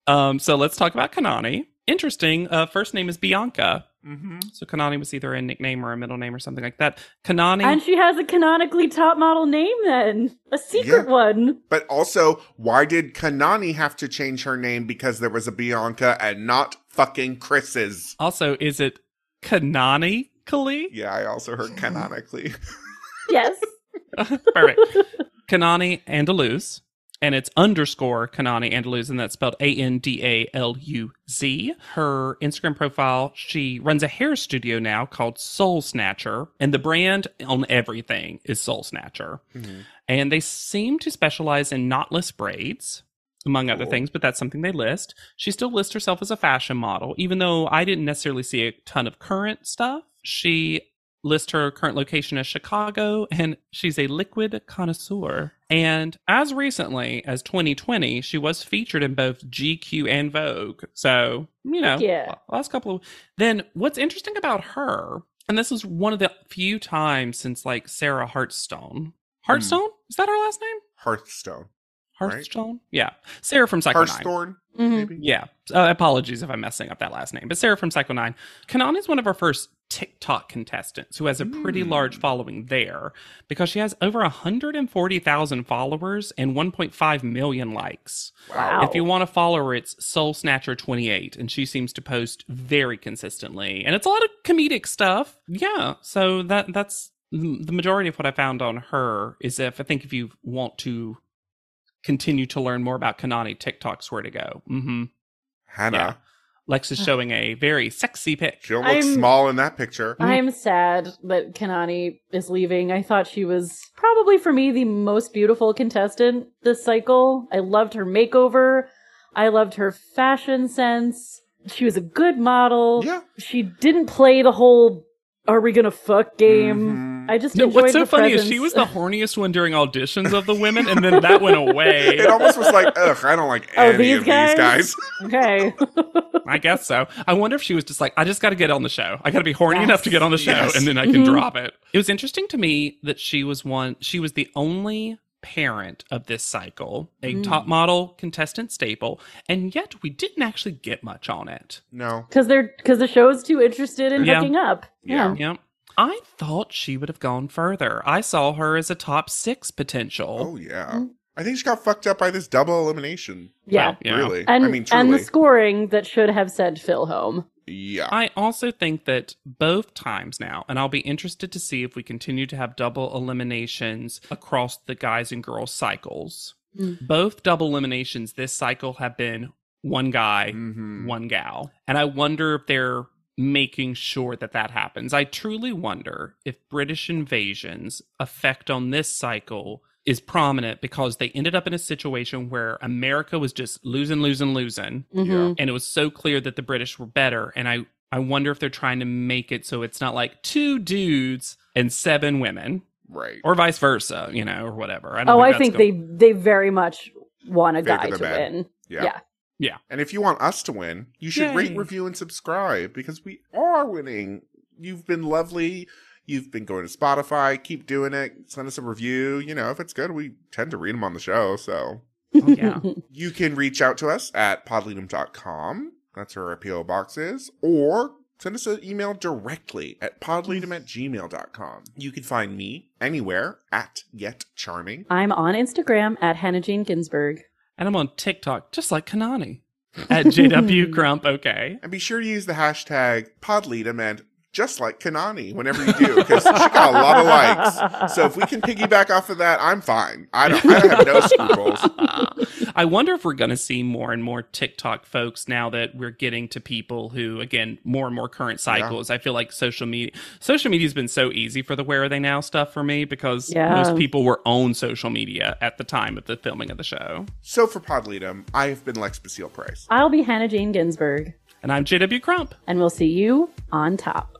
Speaker 2: Um, so let's talk about Kanani. Interesting. Uh, first name is Bianca.
Speaker 1: mm-hmm.
Speaker 2: So Kanani was either a nickname or a middle name or something like that. Kanani.
Speaker 3: And she has a canonically top model name then. A secret
Speaker 1: Yeah.
Speaker 3: one.
Speaker 1: But also, why did Kanani have to change her name because there was a Bianca and not fucking Chris's?
Speaker 2: also, is it Kanani Kali?
Speaker 1: Yeah, I also heard canonically.
Speaker 3: Yes.
Speaker 2: Perfect. Kanani Andalus. And it's underscore Kanani Andalus, and that's spelled A N D A L U Z. Her Instagram profile, she runs a hair studio now called Soul Snatcher, and the brand on everything is Soul Snatcher. And they seem to specialize in knotless braids, among other
Speaker 1: Cool.
Speaker 2: things, but that's something they list. She still lists herself as a fashion model, even though I didn't necessarily see a ton of current stuff. She lists her current location as Chicago, and she's a liquid connoisseur. And as recently as 2020, she was featured in both GQ and Vogue. So, you know,
Speaker 3: Yeah.
Speaker 2: last couple of. Then what's interesting about her, and this is one of the few times since like Sarah Hartstone. Hartstone? Is that her last name?
Speaker 1: Hearthstone. Right.
Speaker 2: Hearthstone? Yeah. Sarah from Psycho 9.
Speaker 1: Hearthstone,
Speaker 3: Mhm.
Speaker 1: maybe?
Speaker 2: Yeah. Uh, apologies if I'm messing up that last name, but Sarah from Psycho 9. Kanani is one of our first TikTok contestants who has a pretty
Speaker 1: Mm.
Speaker 2: large following there because she has over 140,000 followers and 1.5 million likes.
Speaker 3: Wow.
Speaker 2: If you want to follow her, it's Soul Snatcher 28, and she seems to post very consistently. And it's a lot of comedic stuff. Yeah. So that that's m- the majority of what I found on her is if I think if you want to continue to learn more about Kanani, TikTok's where to go. hmm
Speaker 1: Hannah.
Speaker 2: Lex is showing a very sexy pic.
Speaker 1: She don't look
Speaker 3: I'm-
Speaker 1: small in that picture.
Speaker 3: I'm sad that Kanani is leaving. I thought she was probably for me the most beautiful contestant this cycle. I loved her makeover. I loved her fashion sense. She was a good model.
Speaker 1: yeah.
Speaker 3: She didn't play the whole are we gonna fuck game.
Speaker 1: Mhm.
Speaker 3: I just
Speaker 4: No,
Speaker 3: enjoyed
Speaker 4: what's so
Speaker 3: the
Speaker 4: funny
Speaker 3: presence.
Speaker 4: is she was the horniest one during auditions of the women, and then that went away.
Speaker 1: It almost was like, ugh, I don't like
Speaker 3: Oh,
Speaker 1: any
Speaker 3: these
Speaker 1: of
Speaker 3: guys?
Speaker 1: these guys.
Speaker 3: okay.
Speaker 4: I guess so. I wonder if she was just like, I just got to get on the show. I got to be horny
Speaker 3: Yes.
Speaker 4: enough to get on the show,
Speaker 1: Yes. Mm-hmm.
Speaker 4: and then I can
Speaker 3: Mhm.
Speaker 4: drop it.
Speaker 2: It was interesting to me that she was one, she was the only parent of this cycle, a
Speaker 3: Mm.
Speaker 2: top model contestant staple, and yet we didn't actually get much on it.
Speaker 1: No.
Speaker 3: Because they're because the show's too interested in
Speaker 2: Yeah.
Speaker 3: hooking up.
Speaker 1: Yeah.
Speaker 2: Yep. I thought she would have gone further. I saw her as a top six potential.
Speaker 1: Oh yeah.
Speaker 3: Mm.
Speaker 1: I think she got fucked up by this double elimination.
Speaker 3: Yeah.
Speaker 2: Well, yeah.
Speaker 1: Really.
Speaker 3: And
Speaker 1: I mean
Speaker 3: and
Speaker 1: truly.
Speaker 3: the scoring that should have sent Phil home.
Speaker 1: yeah.
Speaker 2: I also think that both times now, and I'll be interested to see if we continue to have double eliminations across the guys and girls cycles.
Speaker 3: Mm.
Speaker 2: Both double eliminations this cycle have been one guy,
Speaker 1: Mhm.
Speaker 2: one gal. And I wonder if they're making sure that that happens. I truly wonder if British invasions effect on this cycle is prominent because they ended up in a situation where America was just losing, losing, losing
Speaker 3: Mhm.
Speaker 2: and it was so clear that the British were better. And I, I wonder if they're trying to make it so it's not like two dudes and seven women,
Speaker 1: Right.
Speaker 2: or vice versa, you know, or whatever. I don't
Speaker 3: Oh, I
Speaker 2: that's
Speaker 3: think
Speaker 2: gonna-
Speaker 3: they they very much want a
Speaker 1: Favored
Speaker 3: guy
Speaker 1: the
Speaker 3: to
Speaker 1: man.
Speaker 3: win.
Speaker 1: yeah.
Speaker 3: yeah.
Speaker 2: Yeah.
Speaker 1: And if you want us to win, you should rate,
Speaker 2: Yay.
Speaker 1: review, and subscribe because we are winning. You've been lovely. You've been going to Spotify. Keep doing it. Send us a review. You know, if it's good, we tend to read them on the show. So
Speaker 2: Oh, yeah.
Speaker 1: you can reach out to us at podleadum.com. That's where our PO box is. Or send us an email directly at podleadum at gmail.com. You can find me anywhere at Yet Charming.
Speaker 3: I'm on Instagram at Hannah Jane Ginsburg.
Speaker 2: And I'm on TikTok, just like Kanani at JW Crump. Okay.
Speaker 1: And be sure to use the hashtag podleadum and just like Kanani whenever you do, because she got a lot of likes. So if we can piggyback off of that, I'm fine. I don't, I don't have no scruples.
Speaker 2: I wonder if we're going to see more and more TikTok folks now that we're getting to people who, again, more and more current cycles. I feel like social media, social media's been so easy for the where are they now stuff for me because
Speaker 3: Yeah.
Speaker 2: most people were on social media at the time of the filming of the show.
Speaker 1: So for podleadum, I have been Lex Basile Price.
Speaker 3: I'll be Hannah Jane Ginsburg,
Speaker 2: And I'm JW Crump.
Speaker 3: and we'll see you on top.